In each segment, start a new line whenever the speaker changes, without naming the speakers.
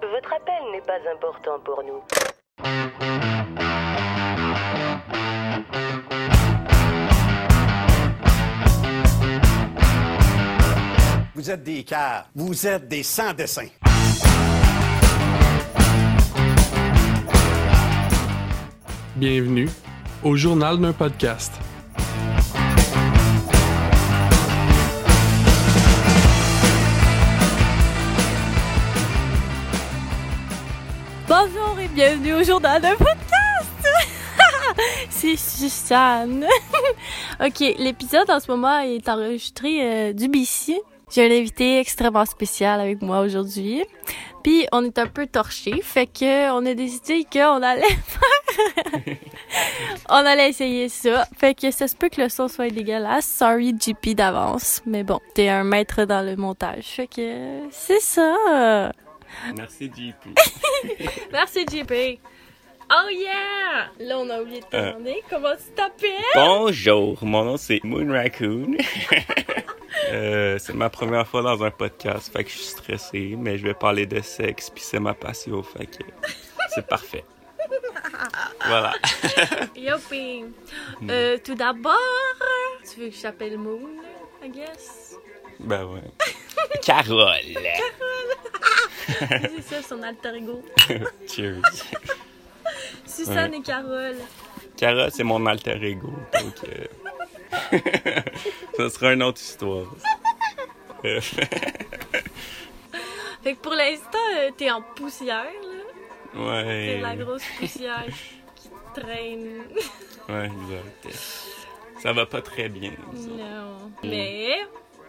Votre appel n'est pas important pour nous.
Vous êtes des cars. Vous êtes des sans-dessins.
Bienvenue au journal d'un podcast.
Bonjour et bienvenue au journal d'un podcast! C'est Suzanne. ok, l'épisode en ce moment est enregistré euh, du BC. J'ai un invité extrêmement spécial avec moi aujourd'hui. Puis on est un peu torché, fait que on a décidé qu'on allait faire- on allait essayer ça. Fait que ça se peut que le son soit dégueulasse. Sorry JP d'avance, mais bon, t'es un maître dans le montage, fait que c'est ça.
Merci JP.
Merci, JP. Oh yeah! Là, on a oublié de te demander comment tu t'appelles.
Bonjour, mon nom c'est Moon Raccoon. Euh, c'est ma première fois dans un podcast, fait que je suis stressé, mais je vais parler de sexe, puis c'est ma passion, fait que c'est parfait. Voilà.
Youpi. Euh, tout d'abord, tu veux que je t'appelle Moon, I guess?
Ben ouais. Carole.
C'est ça, son alter ego.
Cheers.
Suzanne et Carole.
Carole, c'est mon alter ego, donc euh, ça sera une autre histoire. Euh,
Fait que pour l'instant, euh, t'es en poussière, là. T'es
ouais.
la grosse poussière qui traîne.
Ouais, exact. Ça va pas très bien. disons.
non. Mais,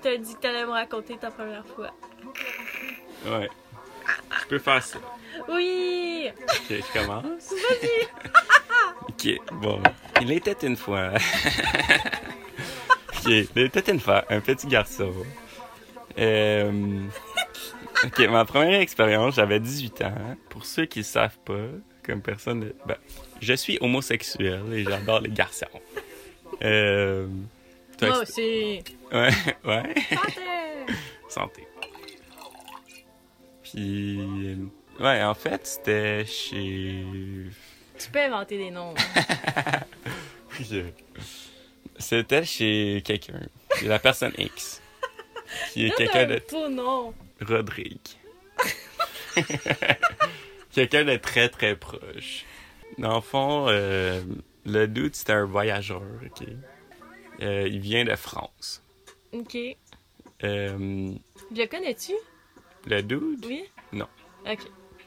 t'as dit que t'allais me raconter ta première fois.
Ouais. Je peux faire ça.
Oui!
Ok, je commence. ok, bon. Il était une fois. ok, il était une fois un petit garçon. Euh, Ok, ma première expérience, j'avais 18 ans. Pour ceux qui ne savent pas, comme personne. de- ben, je suis homosexuel et j'adore les garçons. Euh, toi,
Moi aussi.
Ouais, ouais.
Santé!
Santé. Puis. euh, Ouais, en fait, c'était chez.
Tu peux inventer des noms.
C'était chez quelqu'un. Chez la personne X. Qui est
Donne
quelqu'un
un
de.
beau nom.
Rodrigue. quelqu'un de très très proche. Dans le fond, euh, le dude, c'était un voyageur, ok? Euh, il vient de France.
Ok.
Euh,
Le connais-tu?
le dude,
Oui?
Non.
Ok.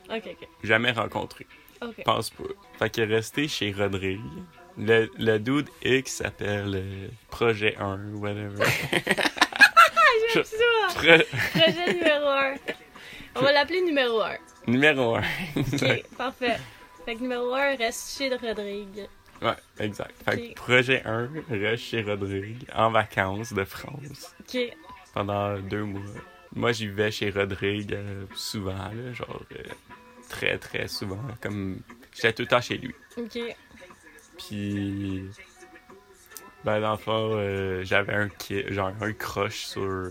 Ok, ok.
jamais rencontré.
Ok.
pense pas. Fait que resté chez Rodrigue. Le, le dude X s'appelle euh, Projet 1, whatever.
J'aime ça!
Pro-
Projet numéro 1. On va l'appeler numéro 1.
Numéro 1.
Ok, parfait. Fait que numéro 1 reste chez Rodrigue.
ouais, exact. Fait
Ok.
que Projet 1 reste chez Rodrigue en vacances de France
Ok.
pendant deux mois. Moi, j'y vais chez Rodrigue euh, souvent, là, genre euh, très très souvent. Comme j'étais tout le temps chez lui.
Ok.
Puis, ben, dans le fond, euh, j'avais un, ki- genre, un crush sur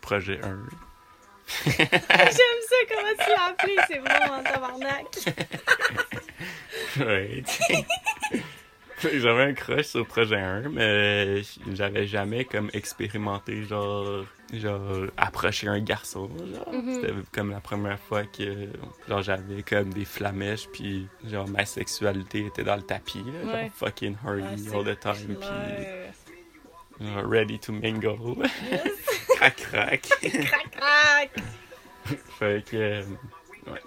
Projet 1.
Ah, J'aime ça comment tu l'as appelé. C'est vraiment tabarnak.
Ouais. t'sais. j'avais un crush sur Projet 1, mais j'avais jamais comme expérimenté, genre, genre, approcher un garçon, genre.
Mm-hmm.
C'était comme la première fois que, genre, j'avais comme des flamèches, puis genre, ma sexualité était dans le tapis, là, genre,
Ouais.
fucking horny all the time, puis
Ah, clair.
genre, ready to mingle. crac, crac.
Crac, crac.
Fait que. euh, ouais.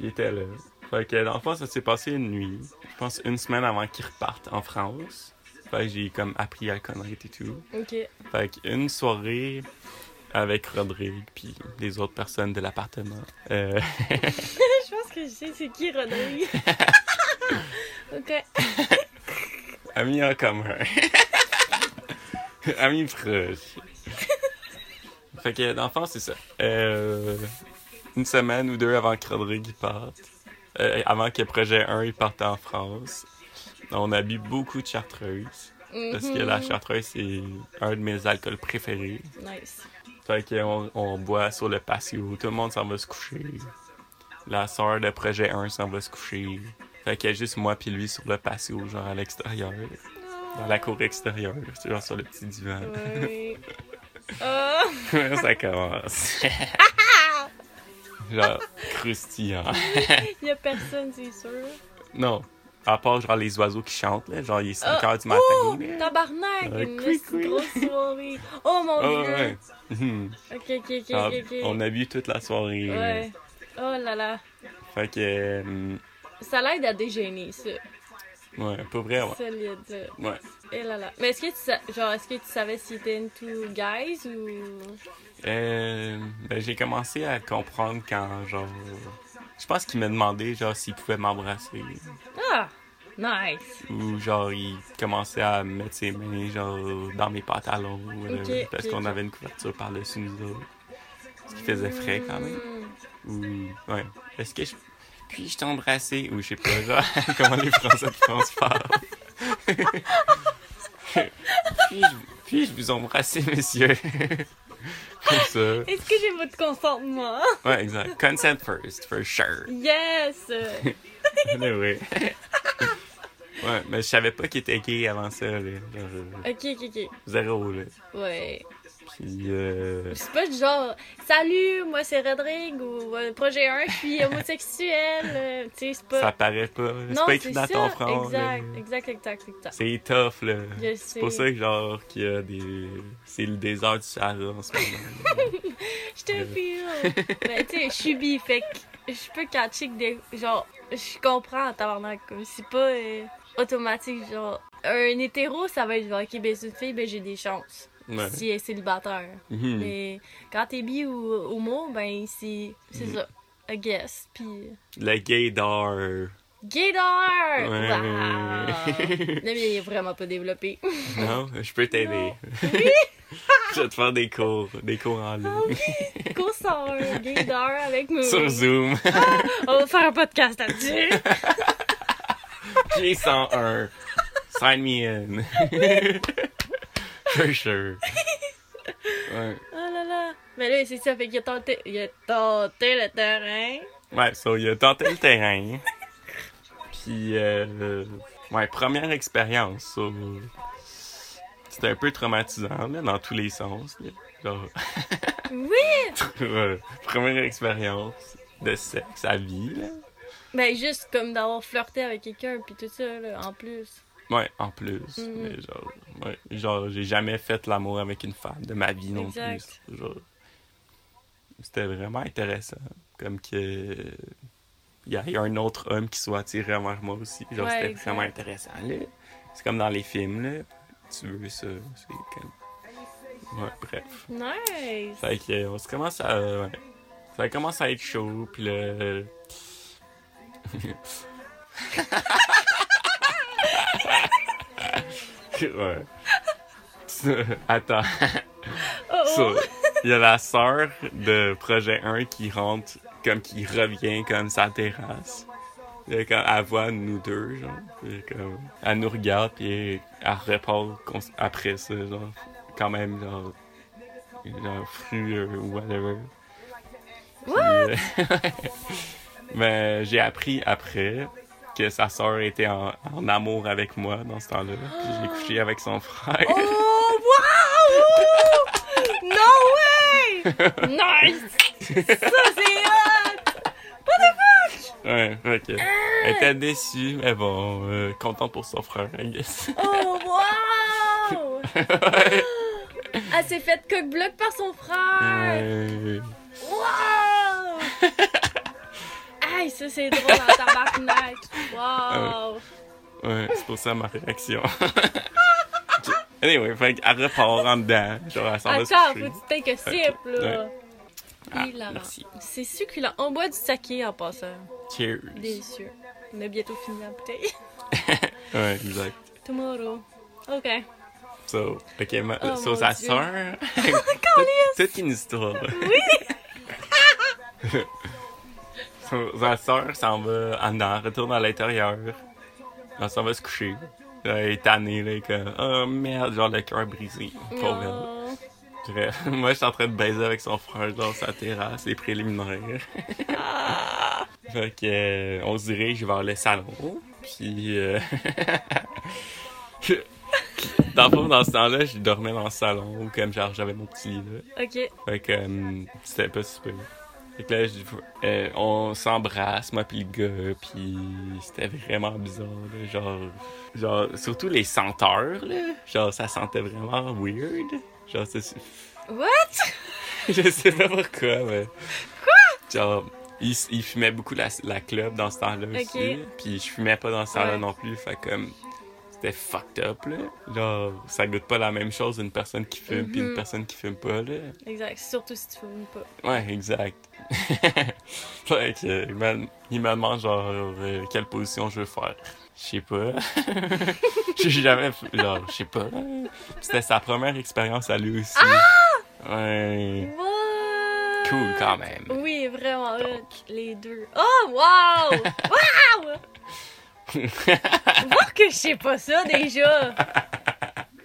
Il était là. Fait que dans le fond, ça s'est passé une nuit. Je pense une semaine avant qu'il reparte en France. Fait que j'ai comme appris à le connaître et tout.
Ok.
Fait qu'une soirée avec Rodrigue puis les autres personnes de l'appartement. Euh,
Je pense que je sais c'est qui Rodrigue. ok.
amis en commun. amis proches. Fait que dans le fond, c'est ça. Euh, une semaine ou deux avant que Rodrigue parte. euh, avant que Projet 1 il parte en France. On a bu beaucoup de chartreuse. Parce que la chartreuse, c'est un de mes alcools préférés.
Nice.
Fait qu'on on boit sur le patio, tout le monde s'en va se coucher. la sœur de projet 1 s'en va se coucher. Fait qu'il y a juste moi puis lui sur le patio, genre à l'extérieur. Dans la cour extérieure, tu sais, genre sur le petit divan.
Oui. Ah.
Ça commence. genre croustillant.
Il y a personne, c'est sûr.
Non. À part genre les oiseaux qui chantent, là, genre il est 5
Ah.
heures du matin.
Oh,
là.
tabarnak!
Euh,
une
couic,
petite
couic.
grosse soirée. Oh mon
Ah,
dieu!
ouais. Mhm.
Ok, ok, ok,
Ah,
ok. ok.
On a bu toute la soirée.
Ouais. Oh là là.
Fait que. euh,
Ça l'aide à dégêner, ça.
ouais, pas vrai, Ah, ouais.
Solide. là.
Ouais.
Et là là. Mais est-ce que tu, sa- genre, est-ce que tu savais s'il était into guys ou.
Euh, ben, j'ai commencé à comprendre quand, genre. Je pense qu'il m'a demandé, genre, s'il pouvait m'embrasser.
Ah! Nice!
Ou, genre, il commençait à mettre ses mains, genre, dans mes pantalons. whatever,
Ok,
parce
ok,
qu'on
ok.
avait une couverture par-dessus nous autres. Ce qui faisait frais, quand même.
Hmm.
Ou, ouais. Est-ce que je. Puis-je t'embrasser? Ou, je sais pas, genre, comment les Français de France parlent. puis-je puis vous embrasser, monsieur? Comme ça.
Est-ce que j'ai votre consentement?
Ouais, exact. Consent first, for sure.
Yes!
Mais oui. ouais, mais je savais pas qu'il était gay avant ça, là. Genre, euh,
ok, ok, ok.
zéro, là.
Ouais.
Puis, euh...
C'est pas du genre, salut, moi c'est Rodrigue ou euh, projet 1, je suis homosexuel. euh, tu sais, c'est pas.
ça paraît pas. là.
non,
C'est pas écrit dans
ça.
ton front, là.
Exact, exact, exact, exact.
C'est tough, là.
Je
C'est
sais.
pour ça que, genre, qu'il y a des... C'est le désert du Sahara en ce moment. là.
Je te file. Mais tu sais, je suis bi, fait que je peux catcher que des. Genre, je comprends en tabarnak. Comme c'est pas euh, automatique. Genre, un hétéro, ça va être genre, ok, ben c'est une fille, ben j'ai des chances.
Ouais.
Si elle est célibataire.
Mhm.
Mais quand t'es bi ou homo, ben c'est. C'est
Mhm.
ça. I guess. Puis.
Le gaydar. Ouais.
Gator! Wow! Non, mais il est vraiment pas développé.
non, je peux t'aider.
Non.
je vais te faire des cours. Des cours en
Oh,
ligne.
Qu'on sort un Gator avec nous.
Sur Zoom.
On va faire un podcast là-dessus.
G101. Sign me in. For sure. Ouais.
Oh là là. Mais là, c'est ça, fait qu'il a tenté, il a tenté le terrain.
Ouais, so il a tenté le terrain. Puis, euh, ouais, première expérience. so, C'était un peu traumatisant, là, dans tous les sens. là. Genre,
Oui!
euh, première expérience de sexe à vie, là.
Ben, juste comme d'avoir flirté avec quelqu'un, puis tout ça, là, en plus.
Ouais, en plus.
Mm.
Mais genre, ouais, genre, j'ai jamais fait l'amour avec une femme de ma vie non
Exact.
plus. Genre, c'était vraiment intéressant. Comme que. Il y a, il y a un autre homme qui soit attiré envers moi aussi. Genre,
Ouais,
c'était
exact.
vraiment intéressant. là. C'est comme dans les films, là. Tu veux ça. C'est comme. Ouais, bref.
Nice!
Fait que, euh, on se commence à. ouais. Ça commence à être chaud, puis là. euh, ouais. Attends.
Oh
So,
oh!
Il y a la sœur de projet 1 qui rentre, comme qui revient comme sa terrasse. Là, Quand elle voit nous deux, genre, puis comme, elle nous regarde, puis elle repart cons- après ça, genre, quand même, genre, genre fru ou whatever. Puis, euh, Mais j'ai appris après que sa sœur était en, en amour avec moi dans ce temps-là, puis j'ai couché avec son frère.
Oh, wow! No way! Nice! Ça, c'est hot!
Ouais, ok.
Ah!
Elle était déçue, mais bon, euh, content pour son frère, I guess.
Oh, wow! Ah,
ouais.
Elle s'est faite coque-bloc par son frère!
Ouais.
Wow! Aïe, ça, c'est drôle en tabarnak!
Ah
Wow!
Ouais, c'est pour ça ma réaction. Ok. anyway, fait qu'elle repart en dedans. Genre, elle s'en va se
Attends, faut
coucher.
que tu take a sip, là!
Ah,
Hilarant.
merci.
C'est succulent. On boit du saké en passant.
Cheers.
Délicieux. On a bientôt fini la bouteille.
Ouais, exact.
Tomorrow. OK.
So, ok, ma,
Oh,
so
mon
sa
Dieu.
sœur. Toute une histoire. Oui! so, sa sœur s'en va en dedans, retourne à l'intérieur. Elle s'en va se coucher. Là, Elle est tannée, là, comme, oh merde, genre le cœur brisé. Pauvre elle.
Oh.
Bref, moi, je suis en train de baiser avec son frère dans sa terrasse, les préliminaires. Fait que, euh, on se dirige vers le salon. Puis, euh, dans le fond, dans ce temps-là, je dormais dans le salon ou comme genre j'avais mon petit lit là.
OK.
Fait que euh, c'était pas super. Fait que là, je- euh, on s'embrasse, moi puis le gars, puis c'était vraiment bizarre, là, genre, genre, surtout les senteurs, là, genre, ça sentait vraiment weird, genre, c'est-
What?
je sais pas pourquoi, mais... Quoi? Genre, il, s- il fumait beaucoup la, la club dans ce temps-là aussi.
Ok.
Puis je fumais pas dans ce temps-là
Ouais.
non plus, fait comme... C'était fucked up, là. Genre, ça goûte pas la même chose une personne qui fume puis une
Mhm.
personne qui fume pas, là.
Exact. Surtout si tu fumes pas.
Ouais, exact. fait que, euh, il me- il me demande, genre, euh, quelle position je veux faire. Je sais pas. J'ai jamais... fait- Genre, je sais pas. C'était sa première expérience à lui aussi.
Ah!
Ouais.
What?
Cool, quand même.
Oui, vraiment.
Donc.
euh, Les deux. Oh, wow! wow! Voir que je sais pas ça déjà!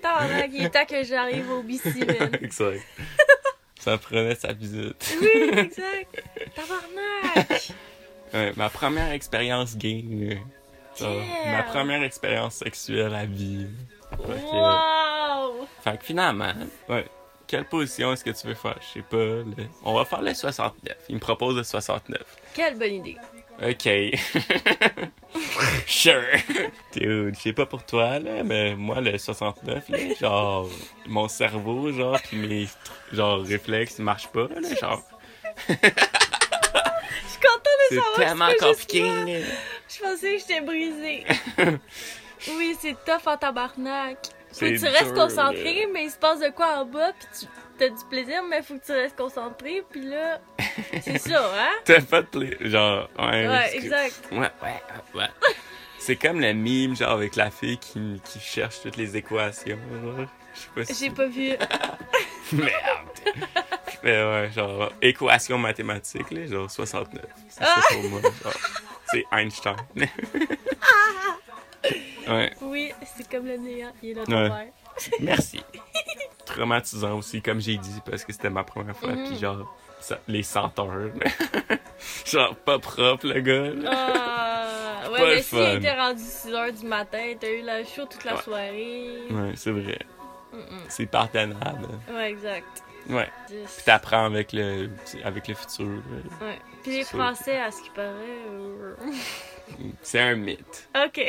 Tabarnak, il est temps que j'arrive au BC, man.
exact. Ça prenait sa visite.
Oui, exact. Tabarnak!
Ouais, ma première expérience gay. là. Ça,
Damn.
ma première expérience sexuelle à vie. Fait que,
Wow!
fait que finalement, ouais, quelle position est-ce que tu veux faire? Je sais pas. le- On va faire le 69. Il me propose le 69.
Quelle bonne idée.
Ok. sure. Dude, je sais pas pour toi, là, mais moi, le 69, là, genre, mon cerveau, genre, pis mes, tr- genre, réflexes marchent pas, là, genre.
Je suis contente de
C'est
savoir
tellement
que c'est juste
compliqué,
moi.
là.
Je pensais que j'étais brisée. oui, c'est tough en tabarnak. Faut que
C'est
tu restes
dur,
concentré,
là.
mais il se passe de quoi en bas, puis tu t'as du plaisir, mais faut que tu restes concentré, puis là... C'est ça, hein?
T'as pas de pla- Genre, ouais.
Ouais,
c'est-
exact.
Ouais, ouais, ouais, ouais. C'est comme le mime, genre, avec la fille qui, qui cherche toutes les équations. là. Je sais pas si.
J'ai pas vu.
Merde! Mais ouais, genre, équation mathématique, là, genre 69. C'est
Ah!
ça pour moi. genre. C'est Einstein. ouais,
Oui, c'est comme le néant, il est là ton
Ouais.
père.
merci. Traumatisant aussi, comme j'ai dit, parce que c'était ma première fois,
Mhm.
puis genre, ça- les senteurs. là. genre, pas propre, le gars. là.
Ah, ouais,
Pas le
mais si
fun.
il était rendu 6h du matin, t'as eu la show toute la
Ouais.
soirée.
Ouais, c'est vrai. C'est partenable.
Ouais, exact.
Ouais. Puis
Just-
t'apprends avec le, avec le futur. euh, là.
Ouais. Puis les
C'est-
Français, à ce qui paraît... euh,
C'est un mythe.
OK.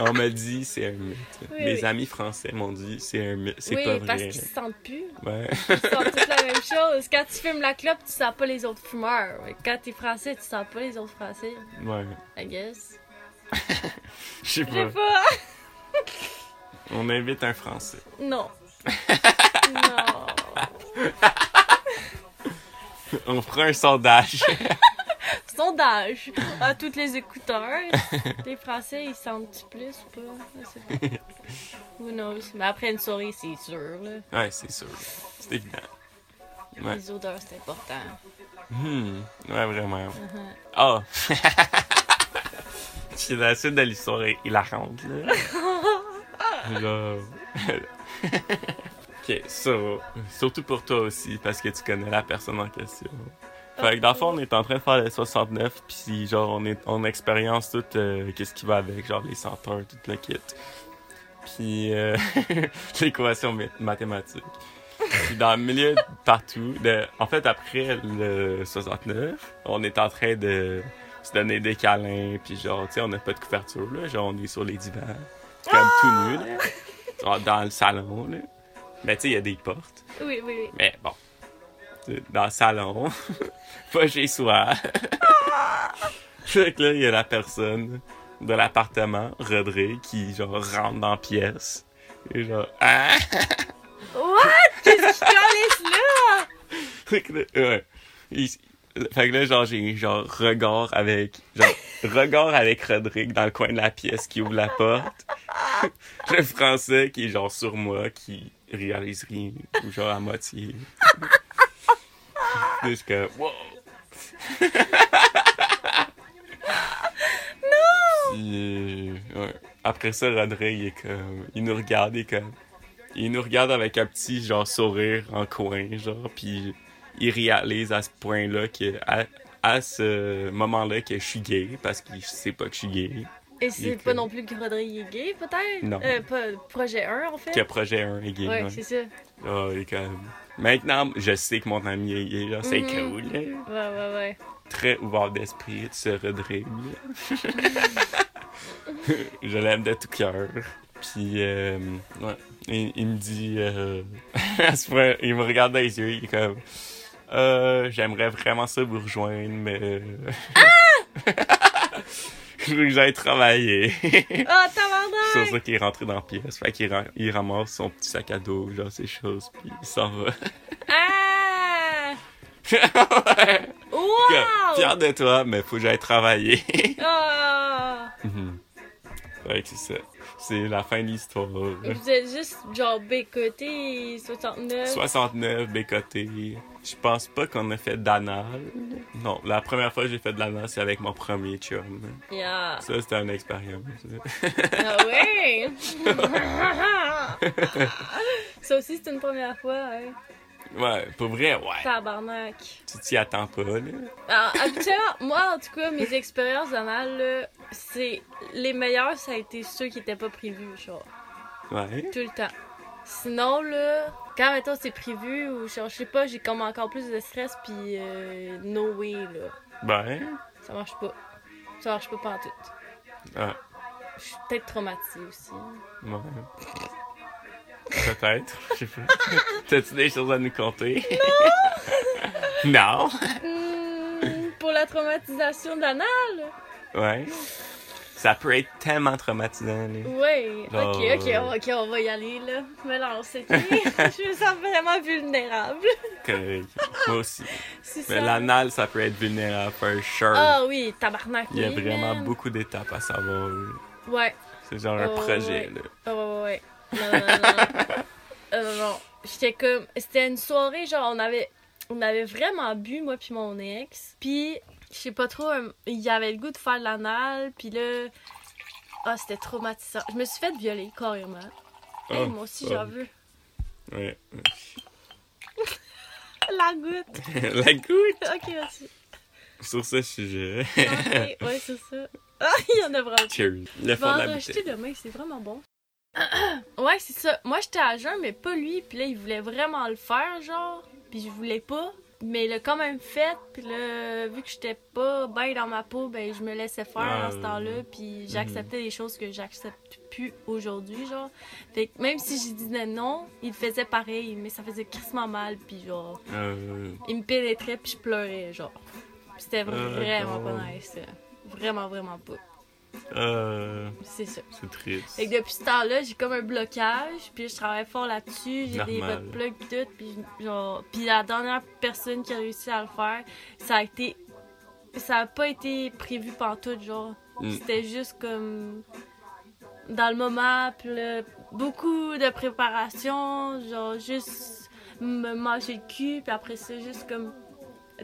On m'a dit c'est un mythe.
Oui,
Mes
oui.
amis français m'ont dit c'est un mythe. C'est
oui,
pas vrai.
parce qu'ils se sentent plus.
Ouais.
Ils sentent tous la même chose. Quand tu fumes la clope, tu sens pas les autres fumeurs. Mais Quand t'es français, tu sens pas les autres français.
ouais.
I guess.
Je sais
Je sais
pas.
pas.
On invite un français.
Non. non.
On fera un sondage.
Sondage à tous les écouteurs. Les français, ils sentent plus ou pas? Je sais pas. Who knows? Mais après une souris, c'est sûr, là.
ouais, c'est sûr. C'est évident. Ouais.
Les odeurs, c'est important.
Hmm. Ouais, vraiment. Ah! C'est la suite de l'histoire est hilarante, là. Genre... ok, so, surtout pour toi aussi, parce que tu connais la personne en question. Fait que dans le fond, on est en train de faire le 69, puis genre, on, est, on expérience tout euh, qu'est-ce qui va avec, genre les senteurs, tout le kit. Puis euh, l'équation ma- mathématique. Puis dans le milieu de partout, de, en fait, après le 69, on est en train de se donner des câlins, puis genre, tu sais, on n'a pas de couverture, là. Genre, on est sur les divans, comme tout nu, là. Genre, dans le salon, là. Mais tu sais, il y a des portes.
Oui, oui, oui.
Mais bon, c'est dans le salon, pas chez soi. fait que là, il y a la personne de l'appartement, Rodrigue, qui, genre, rentre dans la pièce. Et genre, ah!
What? Qu'est-ce qui calisse là?
Fait que là, ouais. Il- fait que là, genre, j'ai genre regard avec. Genre, regard avec Rodrigue dans le coin de la pièce qui ouvre la porte. le français qui est genre sur moi, qui réalise rien, ou genre à moitié. Juste que. Wow! non! euh, Après ça, Rodrigue il est comme. Il nous regarde, il est comme. Il nous regarde avec un petit genre sourire en coin, genre, puis il réalise à ce point-là que à, à ce moment-là que je suis gay parce qu'il sait pas que je suis gay.
Et
Il
c'est
est
pas
que-
non plus que Rodrigue est gay, peut-être?
Non.
Euh, pas- projet 1, en fait?
Que projet 1 est gay.
Ouais,
ouais.
c'est ça. Ouais,
Ah, et comme- Maintenant, je sais que mon ami est gay, là, c'est
Mhm.
cool. hein. là.
ouais, ouais.
Très ouvert d'esprit, tu sais, Rodrigue. je l'aime de tout cœur. Puis, euh, ouais, il, il me dit, euh, à ce point, il me regarde dans les yeux, il est comme, Euh, j'aimerais vraiment ça vous rejoindre, mais. euh, Je veux que j'aille travailler.
Oh,
C'est
tabarnak!
ça qu'il est rentré dans la pièce. Fait qu'il ra- il ramasse son petit sac à dos, genre ses choses, puis il s'en va.
Ah!
Ouais. Comme,
Wow!
Fier de toi, mais faut que j'aille travailler.
Ah!
Mhm. ouais, c'est ça. C'est la fin de l'histoire.
Vous êtes juste, genre, bécoté 69.
69 bécoté. Je pense pas qu'on a fait d'anal. Non, la première fois que j'ai fait de l'anal, c'est avec mon premier chum.
Yeah.
Ça, c'était une expérience.
Ah ouais! ça aussi, c'est une première fois, hein.
ouais, pour vrai, ouais.
Tabarnak.
Tu t'y attends pas, là.
Alors, habituellement, moi, en tout cas, mes expériences d'anal, là, c'est... Les meilleures, ça a été ceux qui étaient pas prévus, genre.
Ouais.
Tout le temps. Sinon, là, quand, mettons, c'est prévu ou genre, je sais pas, j'ai comme encore plus de stress, puis euh, no way, là.
Ben,
Ça marche pas. Ça marche pas pantoute.
Ah.
Je suis peut-être traumatisée aussi.
ouais. Peut-être. Je sais pas. T'as-tu des choses à nous conter? Non!
Hmm, pour la traumatisation de l'anal?
non? Ouais. Ça peut être tellement traumatisant, là.
Ouais. Ok,
Genre,
ok, on va- ok, on va y aller, là. Me lance, ok? je me sens vraiment vulnérable.
Correct. Moi aussi.
C'est ça.
Mais l'anal, ça peut être vulnérable, for sure.
Ah oui, tabarnak.
Il y a
oui,
vraiment
man.
beaucoup d'étapes à savoir. là.
Ouais.
C'est genre un
Oh, ouais.
projet, là.
Ouais, ouais, ouais. Non, non, non, non. Euh, non, non. J'étais comme. C'était une soirée, genre, on avait, on avait vraiment bu, moi puis mon ex. Puis, je sais pas trop, euh, il y avait le goût de faire de l'anal, puis là. Ah, c'était traumatisant. Je me suis fait violer, carrément. Hey,
Oh,
moi aussi,
oh.
j'en veux.
Ouais.
La goutte.
La goutte
ok, merci. Ah,
sur ce sujet.
Ok, ouais, c'est ça. Ah, il y en a vraiment.
Cheers. Le
Je vais
fond
en
de la bouteille.
acheter demain, c'est vraiment bon. ouais, c'est ça. Moi, j'étais à jeun, mais pas lui. Puis là, il voulait vraiment le faire, genre. Puis je voulais pas. Mais il l'a quand même fait. Puis là, vu que j'étais pas bien dans ma peau, ben je me laissais faire
Ah,
à ce temps-là.
ouais. Mhm.
Puis j'acceptais des choses que j'accepte plus aujourd'hui, genre. Fait que même si je disais non, il faisait pareil. Mais ça faisait crissement mal. Puis genre,
Euh,
il me pénétrait, puis je pleurais, genre. Puis
Ah,
C'était vraiment
non.
pas nice, ça. Vraiment, vraiment pas.
euh,
C'est ça.
c'est triste.
Fait que depuis ce temps-là, j'ai comme un blocage, puis je travaille fort là-dessus, j'ai des
Normal.
buttplugs pis tout, puis genre... Puis la dernière personne qui a réussi à le faire, ça a été... Ça a pas été prévu pantoute, genre.
Mm.
C'était juste comme... Dans le moment, puis là, beaucoup de préparation, genre juste me manger le cul, puis après ça, juste comme...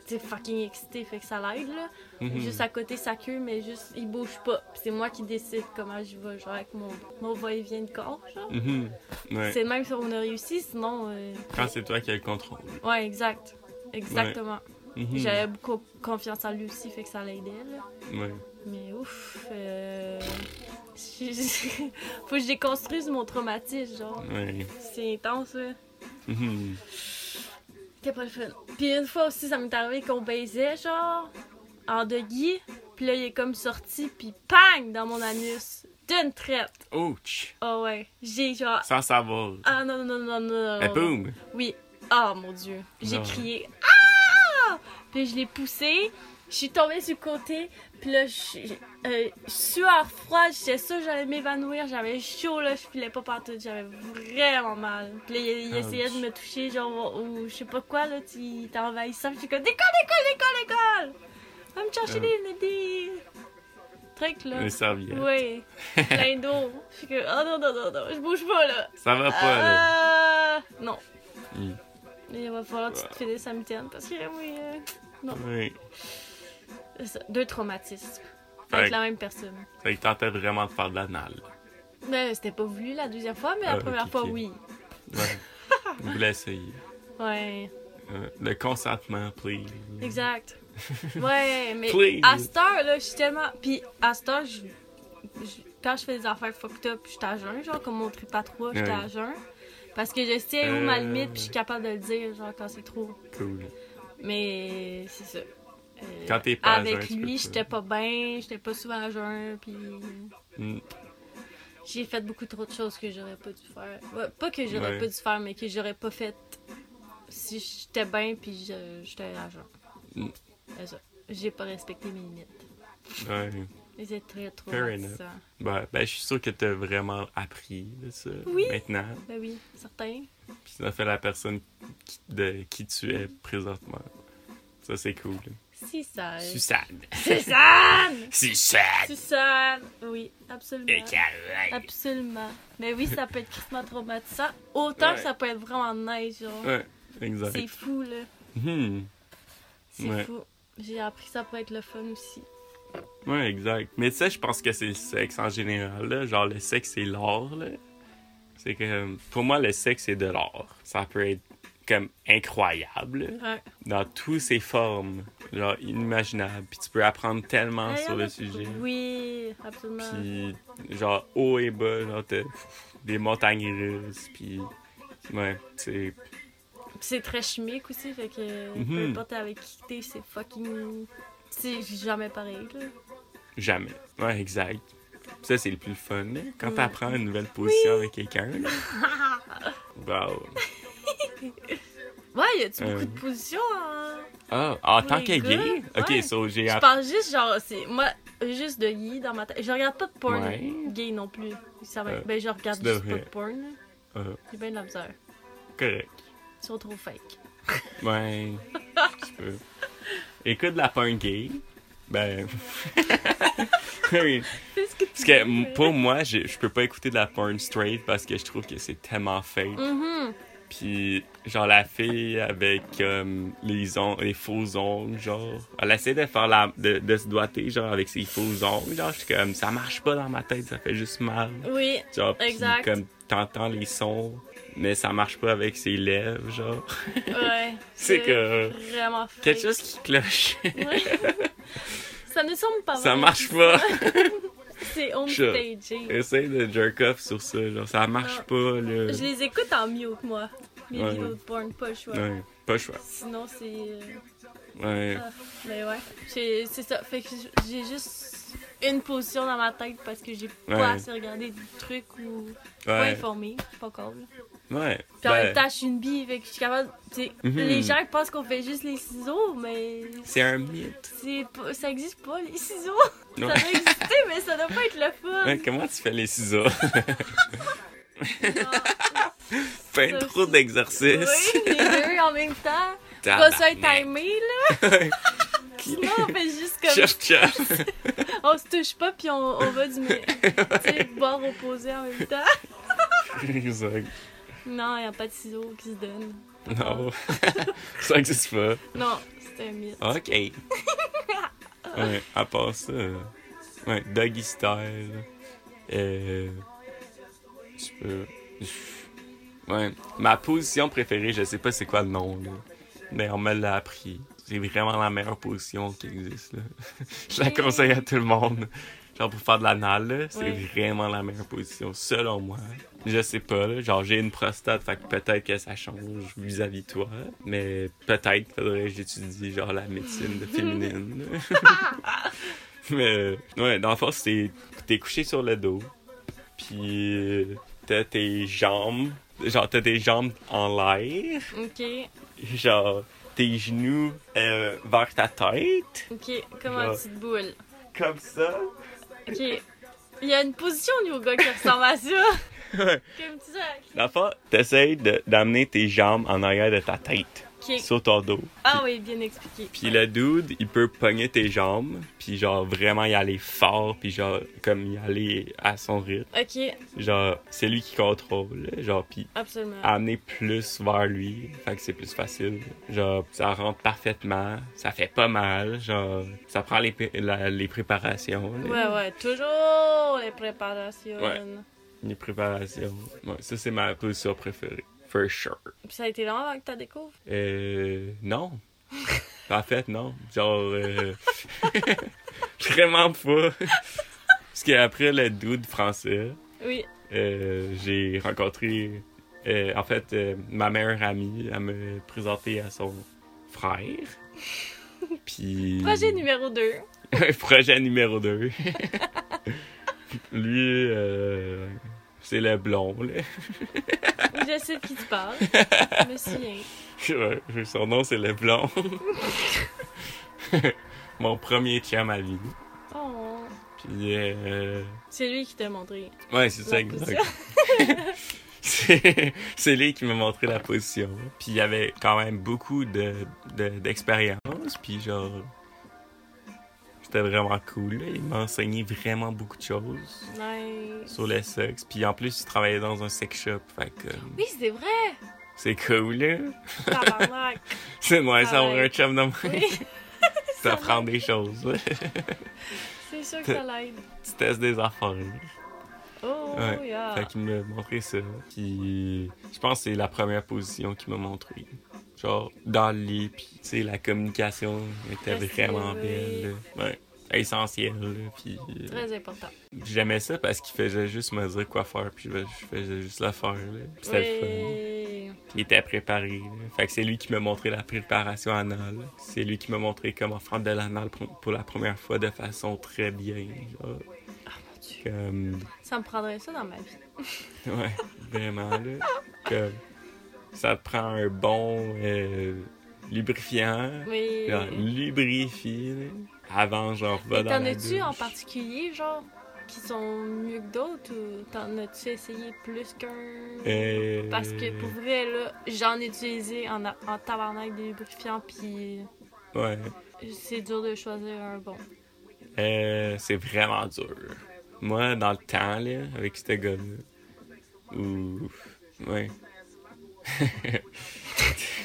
T'es fucking excité, fait que ça l'aide, là
Mhm.
juste à côté sa queue, mais juste il bouge pas. Puis C'est moi qui décide comment je vais, genre avec mon, mon va-et-vient de corps. genre.
Mhm. Ouais.
C'est même si on a réussi, sinon. euh,
Quand c'est toi qui as le contrôle.
Ouais, exact. Exactement.
Mhm.
J'avais beaucoup confiance en lui aussi, fait que ça l'aidait. là.
Ouais.
Mais ouf. euh, je- Faut que je déconstruise mon traumatisme, genre.
Ouais.
C'est intense, là.
Mhm.
C'était pas le fun. Puis une fois aussi, ça m'est arrivé qu'on baisait, genre, en doggy. Puis là, il est comme sorti, puis pang, dans mon anus. D'une traite.
Ouch.
Oh ouais. J'ai genre.
Sans savoir.
Ah non, non, non, non, non.
Et
non.
Eh, boum.
Oui. Oh mon dieu. J'ai
Non.
crié. Ah! Puis je l'ai poussé. Je suis tombée sur le côté. Puis là, je- euh, sueur froide. J'étais sûre que j'allais m'évanouir. J'avais chaud là. Je filais pas partout. J'avais vraiment mal. Puis là, il, il
Ouch.
essayait de me toucher, genre, ou je sais pas quoi là. tu- Il était envahissant. Puis je suis comme, décolle, décolle, décolle, décolle. Va me chercher
Ah.
des, des trucs là.
Un serviette.
Oui, plein d'eau. Je suis que, oh non, non, non, non, je bouge pas là.
Ça va pas, là.
Ah, non.
Mm.
Il va falloir que tu te finisses la mitaine parce que oui, euh,
Ouais.
c'est ça, deux traumatismes avec
Fait,
la même personne.
que- fait que tentais vraiment de faire de l'anal.
Mais c'était pas voulu la deuxième fois, mais la
Ah,
première
ok,
fois,
ok.
oui.
Ouais. Je voulais essayer.
Ouais,
Euh, le consentement, please.
exact. Ouais, mais
Please.
à cette heure, là, je suis tellement. Puis à cette heure, je- je- quand je fais des affaires fucked up, je suis à jeun, genre, comme mon trip à trois, je suis à
Ouais.
jeun. Parce que je sais où ma
Euh.
limite, puis je suis capable de le dire, genre, quand c'est trop.
Cool.
Mais c'est ça. Euh,
Quand t'es pas à jeun,
Avec
tu peux
lui,
pas.
j'étais pas bien, j'étais pas souvent à jeun, puis
Mm.
j'ai fait beaucoup trop de choses que j'aurais pas dû faire. Ouais, pas que j'aurais
Ouais.
pas dû faire, mais que j'aurais pas fait si j'étais bien, puis je- j'étais à jeun.
Mm.
C'est ça. J'ai pas respecté mes limites.
Ouais.
C'est très trop
Fair enough. Bah, ben, je suis sûr que t'as vraiment appris de ça
Oui.
maintenant.
Ben oui, certain.
Puis ça fait la personne qui- de qui tu es présentement. Ça, c'est cool.
Si ça.
Suzanne.
Suzanne!
Suzanne.
Suzanne! Oui,
Et
absolument.
Caroline.
Absolument. Mais oui, ça peut être crissement traumatisant. Autant
Ouais.
que ça peut être vraiment nice, genre.
Ouais, exact.
C'est fou, là.
Hmm.
C'est
Ouais.
fou. J'ai appris que ça peut être le fun aussi.
Ouais, exact. Mais ça, je pense que c'est le sexe en général. Là. Genre, le sexe, c'est l'art. là. C'est que, pour moi, le sexe, c'est de l'art. Ça peut être comme incroyable là,
Ouais.
dans toutes ses formes, genre inimaginable. Puis tu peux apprendre tellement
D'ailleurs,
Ah, sur le
là,
sujet.
Oui, euh, absolument.
Puis, genre, haut et bas, genre, t'as des montagnes russes. Puis, ouais, c'est.
Puis C'est très chimique aussi, fait que peu
Mhm.
importe avec qui t'es, c'est fucking. C'est jamais pareil, là.
Jamais. Ouais, exact. Ça, c'est le plus fun, là. Quand
Mm.
t'apprends une nouvelle position avec quelqu'un, là. Wow.
Ouais, y a-tu beaucoup
Euh.
de positions en.
Ah, en
Pour
tant
les
que
gars,
gay? Ok,
ouais.
so j'ai
Je
appris.
parle juste genre, c'est moi juste de yi dans ma tête. Je regarde pas de porn
Ouais.
gay non plus. Ça va-
Euh,
ben je regarde
tu
juste pas
devrais.
de porn. là.
Euh,
J'ai bien de la misère.
correct.
Ils sont trop fake.
Ouais. tu peux. Écoute la punk gay. Ben. oui.
C'est ce que tu
Parce que m- pour moi, j'ai- je peux pas écouter de la porn straight parce que je trouve que c'est tellement fake.
Mhm.
Puis, genre, la fille avec comme les, on- les faux ongles, genre, elle essaie de faire la, de, de se doiter, genre, avec ses faux ongles, genre, je suis comme, ça marche pas dans ma tête, ça fait juste mal.
Oui.
Genre, puis
Exact.
comme, t'entends les sons, mais ça marche pas avec ses lèvres, genre.
Ouais.
C'est que-
vraiment fake.
Quelque chose qui cloche.
Ouais. ça ne semble pas
ça
vrai.
marche pas.
C'est home
Je-
staging.
Essaye de jerk off sur ça, genre, ça marche
Non.
pas, là.
Ah, Je les écoute en mute moi. Mes
Ouais.
vidéos de porn, pas le choix.
Ouais, pas le choix.
Sinon c'est euh,
Ouais.
Ah, Mais ouais, J'ai- c'est ça. Fait que j- j'ai juste une position dans ma tête parce que j'ai
Ouais.
pas assez regardé des trucs ou pas
Ouais.
informé. Pas cool.
Ouais.
Puis en
Ben,
même temps, je suis une bille, fait que je suis capable. tu sais,
Mhm.
Les gens pensent qu'on fait juste les ciseaux, mais
c'est un mythe.
c'est pas- ça existe pas, les ciseaux. Ça
Ouais.
doit exister, mais ça doit pas être le fun.
Ouais, comment tu fais les ciseaux?
Genre,
Fais
Ça
trop
aussi.
d'exercices.
oui, les deux en même temps. Pas
Tabarnak.
ça être timé, là. Sinon, on fait juste comme.
Chef, chef.
On se touche pas, puis on, on va du. mais- Tu sais, bord opposé en même temps.
Exact.
Non, il a pas de ciseaux qui se donnent.
Non.
Ah.
ça n'existe pas.
Non, c'est un mythe.
OK. ouais, à part ça, euh, ouais, Doggy Style. Euh, je peux. Ouais, ma position préférée, je sais pas c'est quoi le nom, là. Mais on me l'a appris. C'est vraiment la meilleure position qui existe, là. je la conseille à tout le monde. Genre, pour faire de l'anal, là, c'est
Ouais.
vraiment la meilleure position, selon moi. Je sais pas, là. Genre, j'ai une prostate, fait que peut-être que ça change vis-à-vis de toi. Mais peut-être faudrait que j'étudie, genre, la médecine de féminine. là. mais, ouais, dans le fond, c'est... T'es couché sur le dos, puis euh, t'as tes jambes... Genre, t'as tes jambes en l'air,
Ok,
genre, tes genoux euh, vers ta tête,
ok, comme une
Genre.
petite boule.
comme ça.
Ok. Il y a une position au yoga qui ressemble à ça.
Ouais.
Comme tu dis,
Dans le fond, t'essayes de- d'amener tes jambes en arrière de ta tête,
ok.
sur ton dos.
Ah oui, bien expliqué.
Puis le dude, il peut pogner tes jambes, puis genre vraiment y aller fort, puis genre comme y aller à son rythme.
Ok,
Genre, c'est lui qui contrôle, là, genre, puis
absolument.
amener plus vers lui, fait que c'est plus facile. Genre, ça rentre parfaitement, ça fait pas mal, genre, ça prend les, pré- la- les préparations. là.
Ouais, ouais, toujours les préparations.
Ouais. Les préparations. Ouais, ça, c'est ma position préférée, for sure.
Puis ça a été long avant que tu découvres.
Euh, non. En fait, non. Genre, euh, vraiment pas. Parce qu'après le dude français,
Oui.
euh, j'ai rencontré. euh, en fait, euh, ma meilleure amie, elle me présenté à son frère. Puis.
Projet numéro 2.
Projet numéro 2. Lui, euh, c'est le blond, là.
Je sais de qui tu parles. Je me souviens.
Ouais, son nom, c'est le blond. Mon premier chum à vie.
Oh.
Puis, euh,
C'est lui qui t'a montré.
ouais, c'est ça,
La
exact.
position.
C'est c'est lui qui m'a montré la position. Puis il y avait quand même beaucoup de- de- d'expérience. puis genre, c'était vraiment cool. là. Il m'a enseigné vraiment beaucoup de choses
Nice.
sur le sexe. Puis en plus, il travaillait dans un sex shop. Fait que euh,
Oui, c'est vrai.
c'est cool. là.
Tabarnak.
C'est moi, ça avoir
Ah Ouais.
un chum de moi.
Oui.
T'apprends des choses. là.
C'est sûr que ça l'aide.
tu testes des affaires. là.
Oh,
Ouais.
yeah.
Fait qu'il m'a montré ça. Puis je pense que c'est la première position qu'il m'a montré. Genre, dans le lit, puis tu sais, la communication était
Rester
vraiment
éveillé.
belle. là. Ouais. Essentielle, là. Puis euh,
Très important.
j'aimais ça parce qu'il faisait juste me dire quoi faire, puis je je faisais juste le faire, là. Puis c'était le fun.
Oui.
Puis Il était préparé, là. Fait que c'est lui qui m'a montré la préparation anale. C'est lui qui m'a montré comment faire de l'anal pour pour la première fois de façon très bien, genre.
Ah, Mon Dieu.
Comme...
Ça me prendrait ça dans ma vie.
Ouais, vraiment, là. Comme, ça te prend un bon euh, lubrifiant.
Oui.
Genre, lubrifie, là, Avant, genre, va
Mais
dans
T'en
la
as-tu en
douche.
particulier, genre, qui sont mieux que d'autres ou t'en as-tu essayé plus qu'un?
Euh,
Parce que pour vrai, là, j'en ai utilisé en, a- en tabarnak des lubrifiants, puis
Ouais.
c'est dur de choisir un bon.
Euh, c'est vraiment dur. Moi, dans le temps, là, avec ce gars-là. Ouf. Ouais.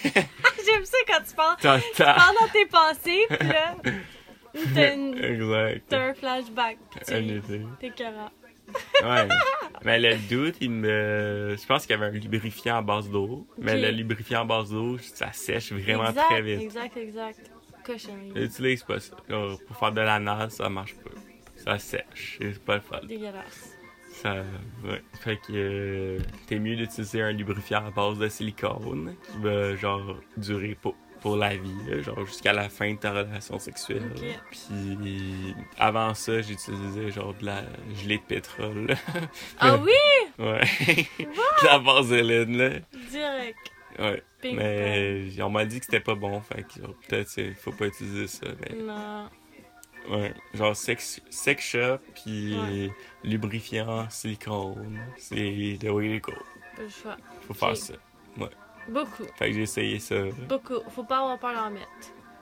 J'aime ça quand tu parles,
Dans le temps.
parles dans tes pensées, puis là, t'as une-
exact.
t'as un flashback, puis
Un
tu
été.
t'es carré.
Ouais. Mais le doute, il me. Je pense qu'il y avait un lubrifiant à base d'eau. Mais
Ok.
le lubrifiant à base d'eau, ça sèche vraiment
exact,
très vite.
Exact, exact. Cochonnerie.
Utilise pas ça. Genre, pour faire de l'anal, ça marche pas. Ça sèche. C'est pas le fun.
Dégueulasse.
Ça. Ouais. Fait que. euh, T'es mieux d'utiliser un lubrifiant à base de silicone qui va, genre, durer pour, pour la vie, là, genre, jusqu'à la fin de ta relation sexuelle.
Ok.
Puis. Avant ça, j'utilisais, genre, de la gelée de pétrole.
Ah oui!
Ouais. de la vaseline, là.
Direct.
Ouais.
Ping
mais euh, on m'a dit que c'était pas bon, fait que genre, peut-être c'est- faut pas utiliser ça.
pong.
Mais,
Non.
ouais. Genre sex, sex shop puis
Ouais.
lubrifiant silicone, c'est the way to go.
Pas le choix.
Faut faire
Ok.
ça.
Beaucoup.
Fait que j'ai essayé ça.
Beaucoup. Faut pas avoir peur d'en mettre.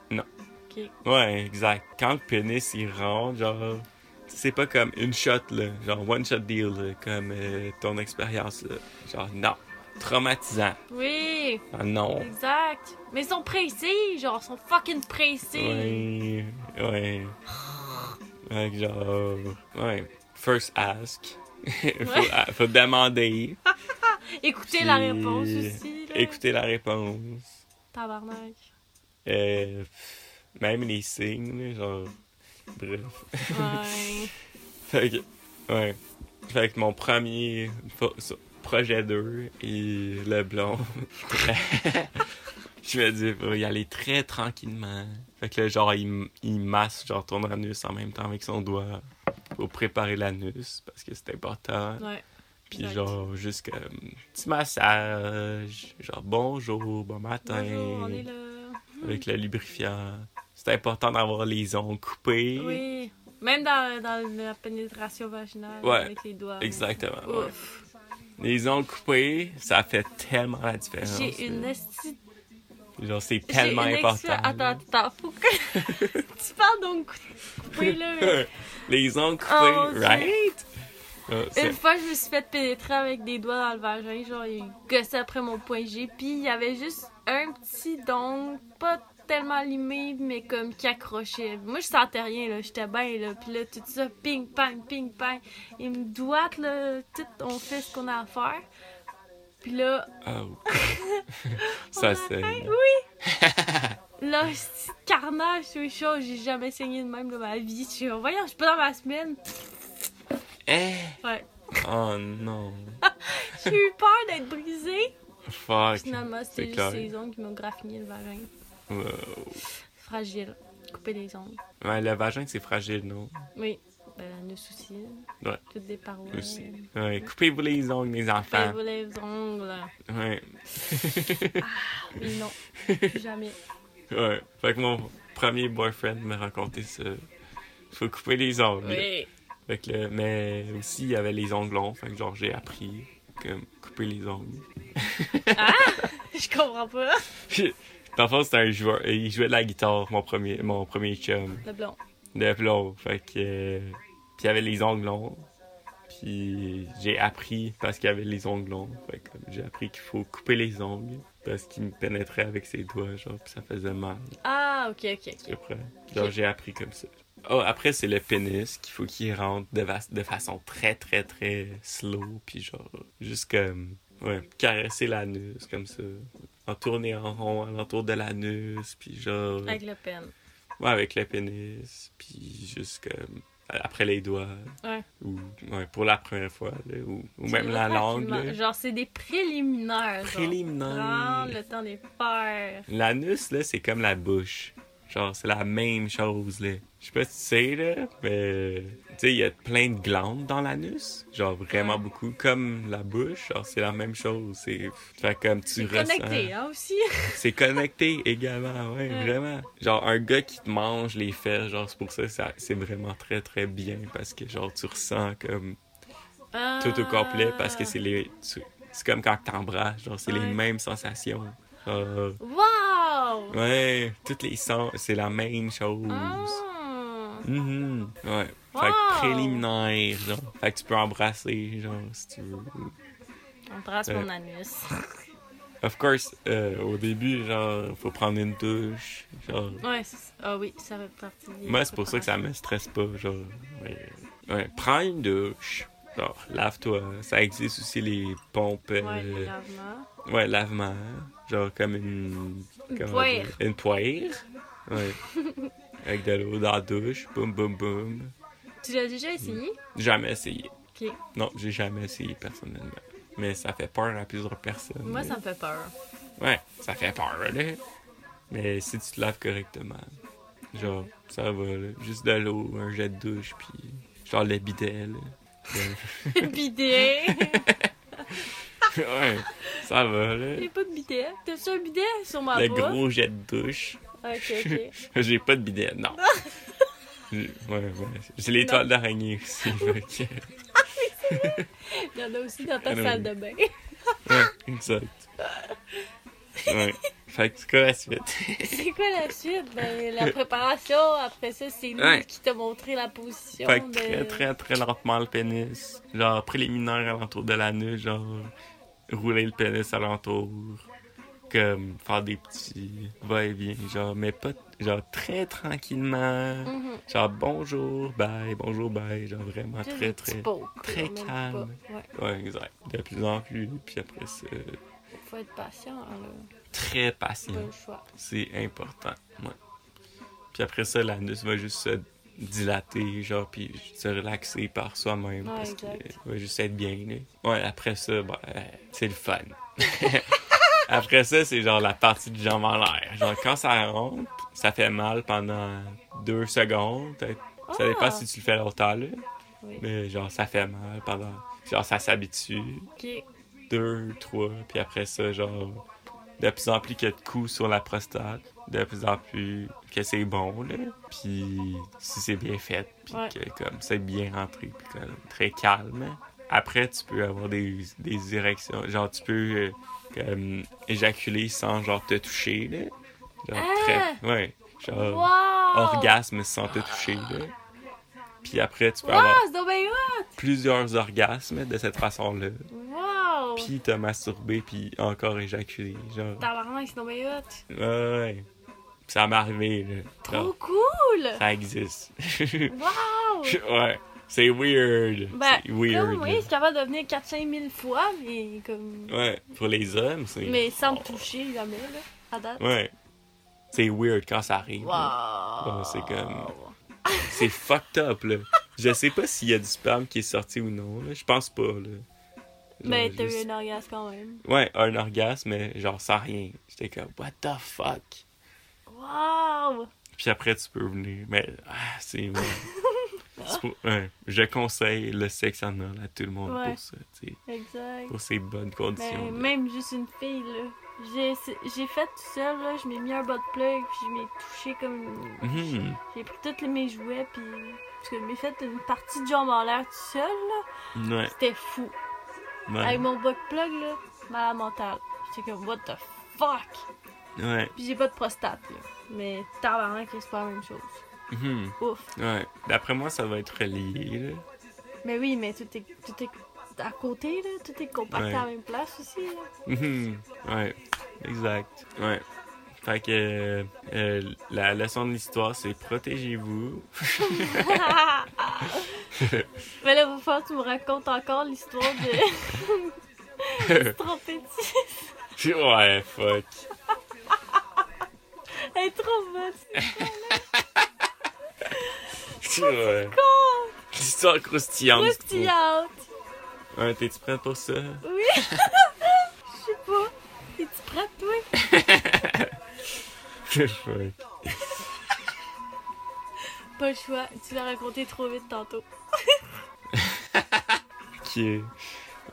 Non.
Ok.
Ouais, exact. Quand le pénis il rentre, genre c'est pas comme une shot là, genre one shot deal là, comme euh, ton expérience là. Genre non, traumatisant.
Oui,
Ah, non.
exact. Mais ils sont précis, genre, ils sont fucking précis.
Ouais, ouais. Fait que genre, ouais. First ask. faut,
Ouais.
faut demander.
Écoutez la
Puis,
réponse aussi. Là.
Écouter la réponse.
Tabarnak.
Euh, pff, même les signes, là, genre. Bref.
Ouais.
Fait que, ouais. Fait que mon premier fo- so- projet 2 et le blond. Je me dis, faut y aller très tranquillement. Fait que là, genre, il, m- il masse, genre, ton anus en même temps avec son doigt pour préparer l'anus parce que c'est important.
ouais.
Puis
exact.
genre, juste comme, petit massage, genre, bonjour, bon matin,
Bonjour, on est là.
avec le lubrifiant. C'est important d'avoir les ongles coupés.
Oui. Même dans, dans la pénétration vaginale
Ouais,
avec les doigts.
Exactement. ouais.
Ouf.
Les ongles coupés, ça fait tellement la différence.
J'ai une
là.
esti-
Genre, c'est
j'ai
tellement
une
important.
expé- Attends, attends, faut que tu parles donc coupé là. mais-
Les ongles coupés,
Oh, mon Dieu.
right? Ah, c'est-
Une fois, je me suis fait pénétrer avec des doigts dans le vagin. Genre, il gossait après mon point G. Puis, il y avait juste un petit don, pas tellement limé, mais comme qui accrochait. Moi, je sentais rien, là. J'étais bien, là. Puis là, tout ça, ping, pang, ping, pang. Il me doigte, là. Tout, on fait ce qu'on a à faire. Puis là,
Oh.
on
ça,
arrête.
c'est.
Oui! Là, c'est carnage, c'est chaud. J'ai jamais saigné de même de ma vie. Je suis comme, voyons, je suis pas dans ma semaine.
Eh!
Ouais.
Oh non.
J'ai eu peur d'être brisée.
Fuck.
Finalement, c'était
c'est
juste
clair.
les ongles qui m'ont graffiné le vagin.
Wow.
Fragile. Couper les ongles.
Ouais, le vagin, c'est fragile, non?
Oui. Ben, nos soucis.
Ouais.
Toutes des parois.
Aussi. Ouais, coupez-vous les ongles, les enfants.
Coupez-vous les ongles.
Ouais.
Mais non, plus jamais.
Ouais. Fait que mon premier boyfriend m'a raconté ça. Faut couper les ongles.
Oui.
Fait que là, mais aussi, il y avait les ongles longs. Fait que genre, j'ai appris comme couper les ongles.
Je comprends pas.
Dans le fond, c'était un joueur. Il jouait de la guitare, mon premier, mon premier chum.
Le blond.
De plomb. Fait que. euh, Puis il y avait les ongles longs. Puis j'ai appris parce qu'il y avait les ongles longs. Fait que j'ai appris qu'il faut couper les ongles. Parce qu'il me pénétrait avec ses doigts, genre, puis ça faisait mal.
Ah, ok, ok,
Tu
ok.
comprends? Genre, j'ai appris comme ça. Oh, après, c'est le pénis qu'il faut qu'il rentre de, va- de façon très, très, très slow. Puis genre, juste comme, ouais, caresser l'anus comme ça. En tourner en rond à l'entour de l'anus. Puis genre,
Avec le pen.
ouais, avec le pénis. Puis juste comme, a- après les doigts.
Ouais.
Ou, ouais, pour la première fois. là, ou ou même la langue. là.
Genre, c'est des préliminaires. genre.
Préliminaire.
Prendre le temps des peurs.
L'anus, là, c'est comme la bouche. Genre, c'est la même chose, là. Je sais pas si tu sais, là, mais... Tu sais, il y a plein de glandes dans l'anus. Genre, vraiment beaucoup. Comme la bouche, genre, c'est la même chose. C'est... Fait comme
C'est
tu ressens...
connecté, hein, aussi.
C'est connecté également, ouais, vraiment. Genre, un gars qui te mange les fesses, genre, c'est pour ça, que ça c'est vraiment très, très bien. Parce que, genre, tu ressens comme tout au complet. Parce que c'est les... tu- C'est comme quand t'embrasses, genre, c'est
Ah. Ouais.
les mêmes sensations. Genre,
Wow!
Ouais, toutes les sons, c'est la même chose.
Ah.
Mhm, Ouais. Fait
Wow!
que préliminaire, genre. Fait que tu peux embrasser, genre, si tu veux.
On brasse
Ouais.
mon anus.
Of course, euh, au début, genre, faut prendre une douche. Genre.
Ouais, c'est- ah oui, ça fait partie. des
Moi, c'est pour ça que ça me stresse pas, genre. Ouais. Ouais, prends une douche. Genre, lave-toi. Ça existe aussi les pompes. euh,
Ouais, les lavements.
Ouais, lavement. Genre comme une.
Une
comment
poire.
dire, Une poire. Ouais. Avec de l'eau dans la douche. Boum, boum, boum.
Tu l'as déjà essayé?
Jamais essayé.
Ok.
Non, j'ai jamais essayé personnellement. Mais ça fait peur à plusieurs personnes.
Moi, ça me fait peur.
Ouais, ça fait peur, là. Mais si tu te laves correctement, genre, ça va, là. Juste de l'eau, un jet de douche, puis genre le bidet, là.
bidet!
ouais, ça va, là.
J'ai pas de bidet. T'as-tu un bidet sur ma
Le
voix?
gros jet de douche.
Ok, ok.
J'ai pas de bidet, non. J'ai- ouais, ouais. J'ai l'étoile d'araignée aussi. fait que-
Il y en a aussi dans ta
Ah, non.
salle de bain.
Ouais, exact. Ouais. Fait que c'est quoi la suite?
C'est quoi la suite? Ben, la préparation, après ça, c'est lui
Ouais.
qui t'a montré la position.
Fait que
de-
très, très, très lentement le pénis. Genre, préliminaire alentour de l'anus, genre, rouler le pénis alentour. Comme, faire des petits va-et-vient, genre, mais pas, genre, très tranquillement.
Mhm.
Genre, bonjour, bye, bonjour, bye. Genre, vraiment
Juste
très,
des petits
très.
pokes,
très
là, même
calme.
pas. Ouais,
Ouais, exact. De plus en plus. Puis après, c'est
faut être patient, hein, là.
très
Pas
patient.
le choix.
C'est important. Ouais. Puis après ça, l'anus va juste se dilater, genre, puis se relaxer par soi-même.
Ouais,
parce qu'il
exact.
va juste être bien, là. Ouais, après ça, ben, euh, c'est le fun. après ça, c'est genre la partie du jambe en l'air. Genre, quand ça rentre, ça fait mal pendant deux secondes. peut-être. Ça dépend
Ah!
si tu le fais longtemps, là.
Oui.
Mais genre, ça fait mal pendant. Genre, ça s'habitue
Ok.
deux, trois, puis après ça, genre, de plus en plus qu'il y a de coups sur la prostate, de plus en plus que c'est bon, là, puis si c'est bien fait, puis
Ouais.
que comme c'est bien rentré, puis comme très calme. Après, tu peux avoir des, des érections, genre, tu peux euh, comme éjaculer sans, genre, te toucher, là. Genre,
Ah!
très, ouais, genre,
Wow!
orgasme sans te toucher, là. Puis après, tu peux
Wow,
avoir
c'est donc bien hot!
plusieurs orgasmes de cette façon-là
Wow!
puis t'as masturbé, puis encore éjaculé. Genre,
Tabarnak, c'est donc bien hot!
ouais, ouais. Pis Ça m'est arrivé, là.
Trop
Genre,
cool!
ça existe.
Wow!
ouais, c'est weird.
Ben,
c'est weird.
comme, oui,
là.
c'est capable de venir 4-5 000 fois, mais comme...
Ouais, pour les hommes, c'est.
Mais sans me toucher jamais, là, à date.
Ouais. C'est weird quand ça arrive. là. Bon, c'est comme. C'est fucked up, là. Je sais pas s'il y a du spam qui est sorti ou non, là. Je pense pas, là. Genre,
Mais Ben, t'as eu
juste-
un orgasme quand même.
Ouais, un orgasme, mais genre sans rien. J'étais comme, what the fuck?
Wow!
Puis après, tu peux venir. Mais, ah, c'est. ouais. C'est pour- ouais. Je conseille le sexe anal à tout le monde
Ouais.
pour ça, tu sais.
Exact.
Pour ces bonnes
Mais
conditions. là.
même juste une fille, là. J'ai j'ai fait tout seul, là. Je m'ai mis un bas de plug, puis je m'ai touché comme une-
Mhm.
J'ai pris tous les- mes jouets, puis. Parce que je m'ai fait une partie de jambe en l'air tout seul, là.
Ouais,
C'était fou.
ouais,
Avec mon bas de plug, là, malade mentale. J'étais comme, what the fuck?
ouais.
Puis j'ai pas de prostate, là. Mais tabarnak, c'est pas la même chose.
Mhm.
Ouf.
Ouais. D'après moi, ça va être relié, là.
Mais oui, mais tout est, tout est à côté, là. Tout est compacté
Ouais.
à la même place aussi, là.
Mhm. Ouais, exact. Ouais. Fait que euh, euh, la leçon de l'histoire, c'est protégez-vous.
Mais là, il va falloir que tu me racontes encore l'histoire de trop petit.
ouais, fuck.
Elle est trop bonne.
Ouais.
Con!
L'histoire croustillante.
Croustillante.
Ouais, t'es-tu prêt pour ça?
Oui. Je sais pas. Es-tu prête, toi?
Ouais.
Pas le choix. Tu l'as raconté trop vite tantôt.
Ok.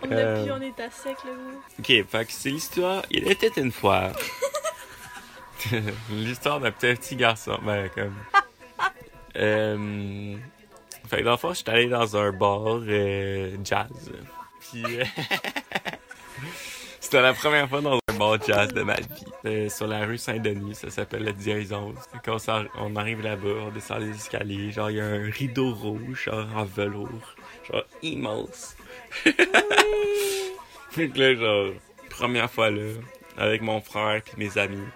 On
Euh.
a pu, on est à sec, là. vous.
Ok, fait que c'est l'histoire. Il était une fois. l'histoire d'un petit garçon. Ben, comme. euh... Fait que dans le fond, je suis allé dans un bar euh, jazz. Puis. euh, C'était la première fois dans un bar jazz de ma vie. C'était sur la rue Saint-Denis, ça s'appelle le Diaison. Quand on, s'en- on arrive là-bas, on descend les escaliers, genre, il y a un rideau rouge, genre, en velours. Genre, immense. Fait que là, genre, première fois là, avec mon frère puis mes amis.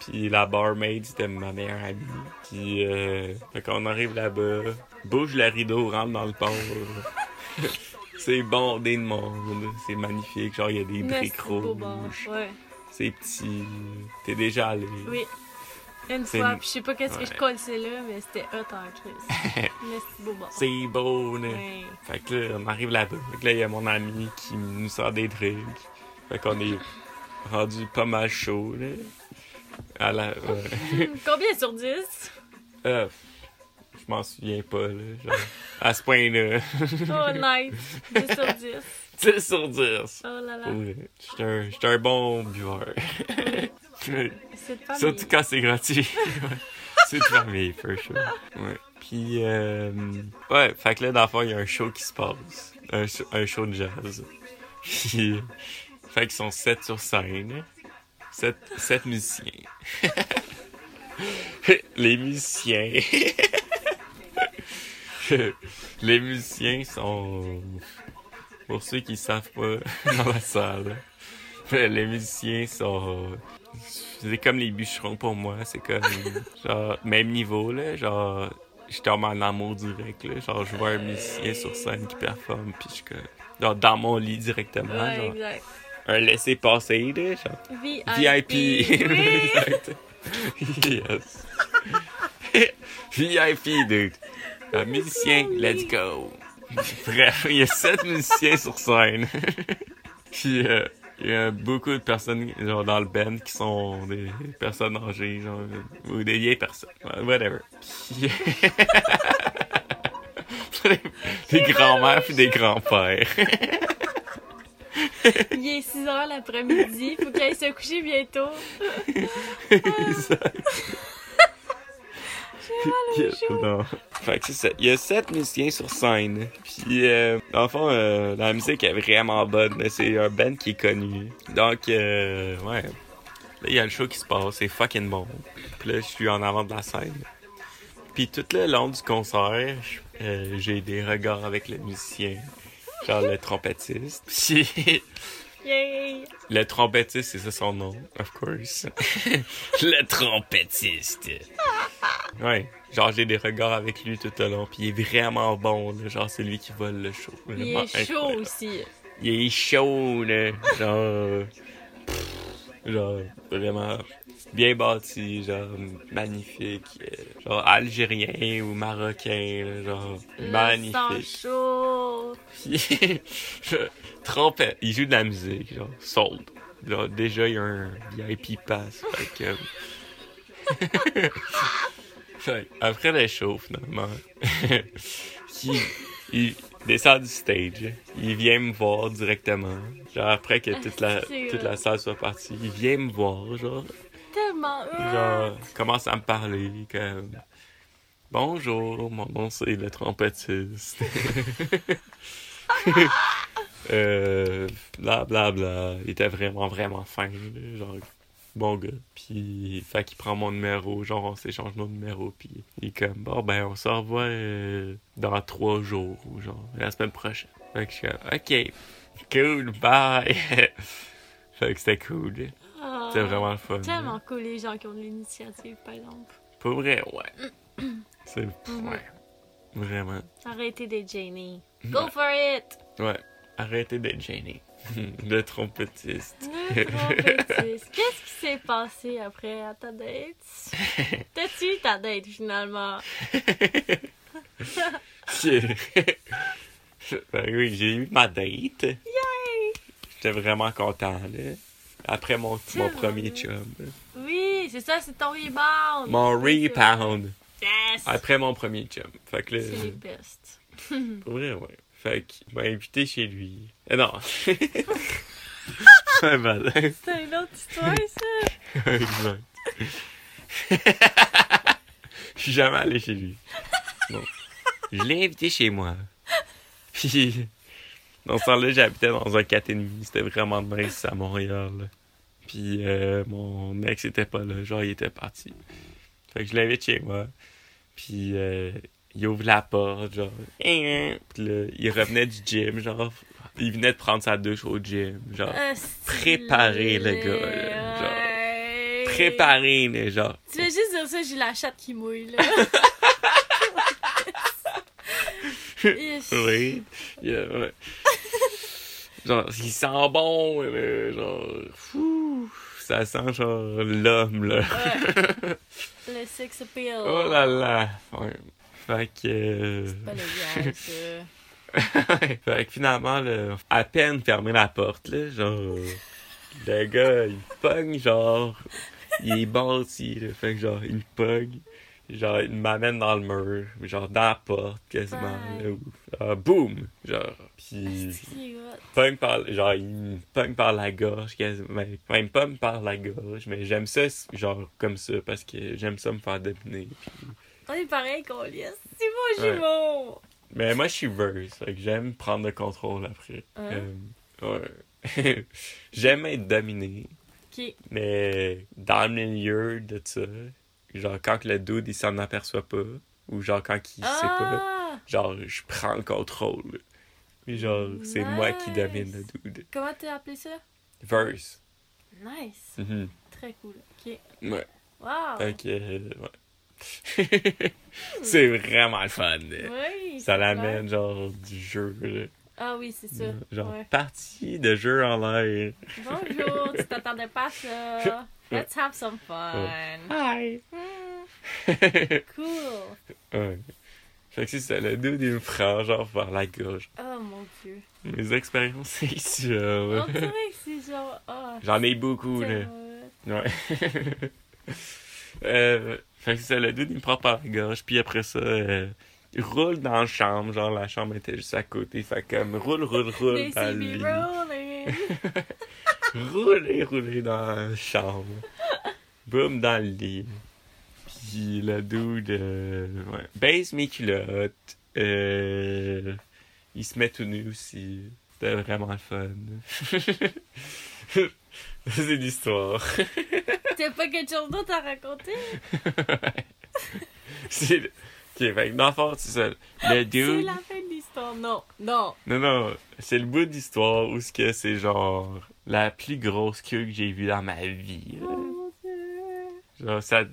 Puis la barmaid, c'était ma meilleure amie. Puis, euh, fait qu'on arrive là-bas, bouge le rideau, rentre dans le port. c'est bondé de monde, c'est magnifique. Genre, il y a des briques
beau bar.
rouges,
Ouais.
c'est petit. T'es déjà allé.
Oui. Une
C'est
fois,
une-
puis je sais pas qu'est-ce
Ouais.
que je connaissais là, mais c'était hot en crise. mais c'est beau bar.
C'est beau, là.
Ouais.
Fait que là, on arrive là-bas. Fait que là, il y a mon ami qui nous sort des drinks. Fait qu'on est rendu pas mal chaud, là. À la... ouais.
Combien sur 10?
Euh, je m'en souviens pas, là. genre. à ce point-là.
Oh, night. 10 sur 10.
10 sur 10.
Oh là là.
Ouais. J'étais un, j'étais un bon buveur.
Cette famille.
Surtout quand c'est gratuit. Ouais. c'est de famille, for sure. Ouais. Puis, euh, ouais, fait que là, dans le fond, il y a un show qui se passe. Un, show- un show de jazz. Puis, fait qu'ils sont 7 sur scène. 7, musiciens. Les musiciens. Les musiciens sont. Pour ceux qui savent pas dans la salle, les musiciens sont c'est comme les bûcherons pour moi. C'est comme, genre, même niveau, là. Genre, je tombe en amour direct, là. Genre, je vois un musicien sur scène qui performe, puis je suis comme, genre, dans mon lit directement.
Ouais,
genre,
exact.
un laisser-passer, là. Genre,
VIP.
VIP.
Oui.
Exact. yes. VIP, dude. Un musicien, let's go. Bref, il y a sept musiciens sur scène. Puis, euh, il y a beaucoup de personnes genre, dans le band qui sont des personnes âgées, genre, ou des vieilles personnes. Whatever. Puis, des grands-mères puis des grands-pères.
Il est 6 h l'après-midi. Faut qu'il aille se coucher bientôt.
Exact.
Yes, show.
Non. Fait que c'est ça. Il y a sept musiciens sur scène. Puis, euh, dans le fond, euh, la musique est vraiment bonne. là. C'est un band qui est connu. Donc, euh, ouais. Là, il y a le show qui se passe. C'est fucking bon. Puis là, je suis en avant de la scène. Puis tout le long du concert, je- euh, j'ai des regards avec le musicien. Genre le trompettiste. Puis...
Yay.
Le trompettiste, c'est ça son nom, of course. le trompettiste. Ouais, genre j'ai des regards avec lui tout au long, puis il est vraiment bon, là. genre c'est lui qui vole le show.
Il
Vraiment
est chaud
incroyable.
aussi.
Il est chaud, là. Genre. pff, genre, vraiment. bien bâti, genre magnifique, euh, genre algérien ou marocain, là, genre magnifique.
chaud.
Puis, je trompette, il joue de la musique, genre sold. Genre, déjà il y a un VIP pass, fait que. euh, Fait que après le show, finalement, il, il descend du stage. Il vient me voir directement. Genre, après que toute la,
C'est
toute la
hot.
salle soit partie, il vient me voir, genre.
Tellement. Ah!
Genre, commence à me parler, comme. Bonjour, mon nom c'est le trompettiste. euh, bla bla bla. Il était vraiment, vraiment fin, là, genre, bon gars. Puis, fait qu'il prend mon numéro, genre, on s'échange nos numéros, puis il est comme, bon, ben, on se revoit euh, dans trois jours, ou genre, la semaine prochaine. Fait que je suis comme, ok, cool, bye. fait que c'était cool,
Ah,
c'était vraiment le fun.
Tellement cool les gens qui ont de l'initiative, par exemple.
Pour vrai, ouais. C'est. Ouais. Vraiment.
Arrêtez d'être gênés. Go for it!
Ouais. Arrêtez d'être gêné. Le trompettiste.
Le trompettiste. Qu'est-ce qui s'est passé après à ta date? T'as-tu eu ta date finalement?
ben oui, j'ai eu ma date.
Yay!
J'étais vraiment content, là. Après mon, mon
Tellement
premier
bien.
chum. là.
Oui, c'est ça, c'est ton rebound!
Mon
C'est ça.
rebound.
Yes!
Après mon premier chum. Fait que là.
C'est les best.
Pour vrai, ouais. Fait qu'il m'a invité chez lui. Eh non. ben, Un malin.
C'est une autre histoire, ça!
Exact. Je suis jamais allé chez lui. Non. Je l'ai invité chez moi. Puis, dans ce temps-là, j'habitais dans un 4,5. C'était vraiment nice à Montréal. là. Puis, euh, mon ex était pas là. Genre, il était parti. Fait que je l'invite chez moi. Puis, euh, il ouvre la porte, genre. Hein, hein. Puis là, il revenait du gym, genre. Il venait de prendre sa douche au gym, genre.
Ah,
Préparé, le gars, là, genre.
Ouais.
Préparé, là, genre.
Tu veux juste dire ça, j'ai la chatte qui mouille, là. Ish.
Oui. Yeah, ouais. genre, il sent bon, euh, genre, fou, ça sent genre l'homme, là.
Le sex appeal.
Oh là là. Ouais. Fait que. euh,
Pas légal, ça.
fait que finalement, là, à peine fermé la porte, là, genre, le gars, il me pogne, genre, il est bâti, là, fait que genre, il me pogne, genre, il m'amène dans le mur, genre, dans la porte, quasiment, là, ou, genre, boum, genre, pis...
Ah, C'est hot.
pogne par, genre, il me pogne par la gorge, quasiment. Ben, il me pogne par la gorge, mais j'aime ça, genre, comme ça, parce que j'aime ça me faire dominer.
On est pareil qu'on lisse. C'est mon
Ouais.
jumeau.
Mais moi, je suis verse, fait que j'aime prendre le contrôle après.
Hein?
Euh, ouais. j'aime être dominé,
Ok.
mais dans le milieu de ça, genre, quand que le dude, il s'en aperçoit pas, ou genre, quand il sait pas,
Ah!
genre, je prends le contrôle. Puis genre, c'est moi qui
Nice.
domine le dude.
Comment t'as appelé ça?
Verse.
Nice.
Mhm.
Très cool. Ok.
Ouais.
Wow.
Fait que, euh, ouais. c'est vraiment le fun. là.
Oui.
Ça
c'est
l'amène genre du jeu. là.
clair. Ah oui, c'est ça.
Genre
Ouais.
partie de jeu en l'air.
Bonjour, tu t'attendais pas à ça. Let's have some fun. Hmm.
Hi!
Cool.
ouais. Fait que c'est ça, le dude il me prend genre par la gauche.
Oh mon dieu.
Mes expériences sexuelles.
On dirait que c'est genre. Oh,
J'en ai beaucoup là.
tellement hot.
Ouais. Euh, fait que c'est ça, le dude il me prend par la gauche, puis après ça, euh, il roule dans la chambre, genre la chambre était juste à côté, fait que comme roule, roule, roule
They
dans
see
le
me
lit.
rolling.
rouler, rouler dans la chambre. Boum, dans le lit. Puis le dude, euh, ouais. baise mes culottes. Euh, il se met tout nu aussi. C'était vraiment le fun. C'est l'histoire.
T'as pas quelque chose d'autre à raconter?
C'est... Ok, fait que dans le fond, c'est ça. Le
C'est
dude...
la fin de l'histoire. Non, non.
Non, non, c'est le bout d'histoire où ce que c'est genre la plus grosse queue que j'ai vue dans ma vie. là.
Oh mon dieu.
Genre, ça,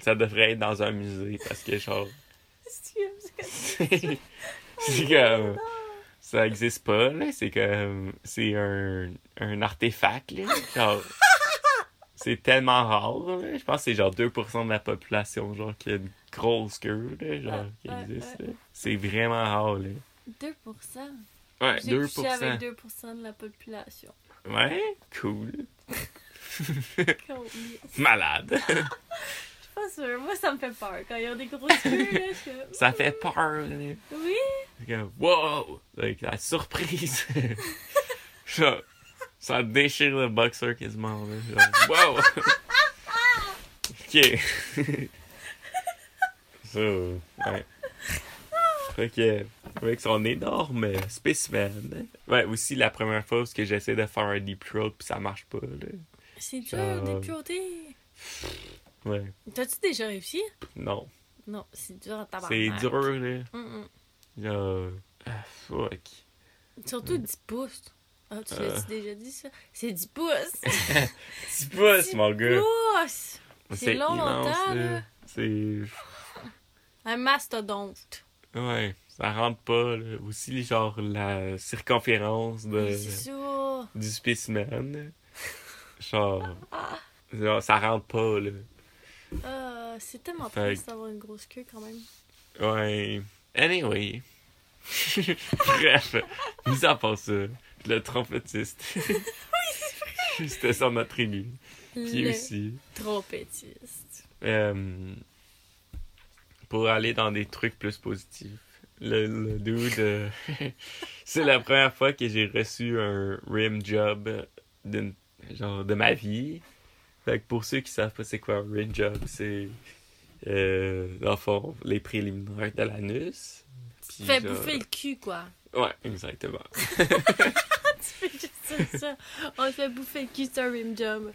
ça devrait être dans un musée parce que, genre,
Excuse-
c'est c'est comme. Ça existe pas, là. C'est comme. C'est un, un artefact, là. Genre. c'est tellement rare. là. Je pense que c'est genre 2% de la population genre, qui a une grosse queue là, genre, qui
Ouais, ouais,
existe. là. C'est vraiment rare. Là.
2
Ouais,
J'ai couché
2%.
avec 2 de la population.
Ouais, cool.
Cool. Je
Malade.
suis pas sûre. Moi, ça me fait peur. Quand il y a des grosses queues, là, je suis comme,
Ça fait peur. Là.
Oui!
C'est comme, wow! Like, la surprise. Genre, ça déchire le boxeur quasiment. Là. Genre, wow! ok. so, ouais. Ok. Avec son énorme spécimen. Ouais, aussi la première fois où ce que j'essaie de faire un deep throat puis ça marche pas. Là.
C'est dur
Genre-
des puretés.
Ouais.
T'as-tu déjà réussi?
Non.
Non, c'est dur en tabac.
C'est dur, là.
Mm,
Genre, ah, fuck.
mm. Surtout 10 pouces. Ah, tu l'as
Euh.
déjà dit ça? C'est 10 pouces!
10 pouces, mon gars.
pouces! C'est long, longtemps, là.
C'est.
Un mastodonte.
Ouais, ça rentre pas. Là. Aussi, genre, la circonférence de...
Oui, C'est ça.
du spécimen. Genre... genre, ça rentre pas, là.
Ah, c'est tellement
Fait
triste
que-
d'avoir une grosse queue quand même.
Ouais. Anyway. Bref, mis à part ça, le trompettiste. C'était sur notre élu. Puis
Le
aussi.
trompettiste.
Euh, pour aller dans des trucs plus positifs. Le, le dude, euh, c'est la première fois que j'ai reçu un rim job d'une- genre de ma vie. Fait que pour ceux qui savent pas c'est quoi un rim job, c'est euh, dans le fond, les préliminaires de l'anus. Puis
Fait
genre-
bouffer le cul, quoi.
Ouais, exactement.
Tu fais juste dire ça. On te fait bouffer le cul, c'est un rim job.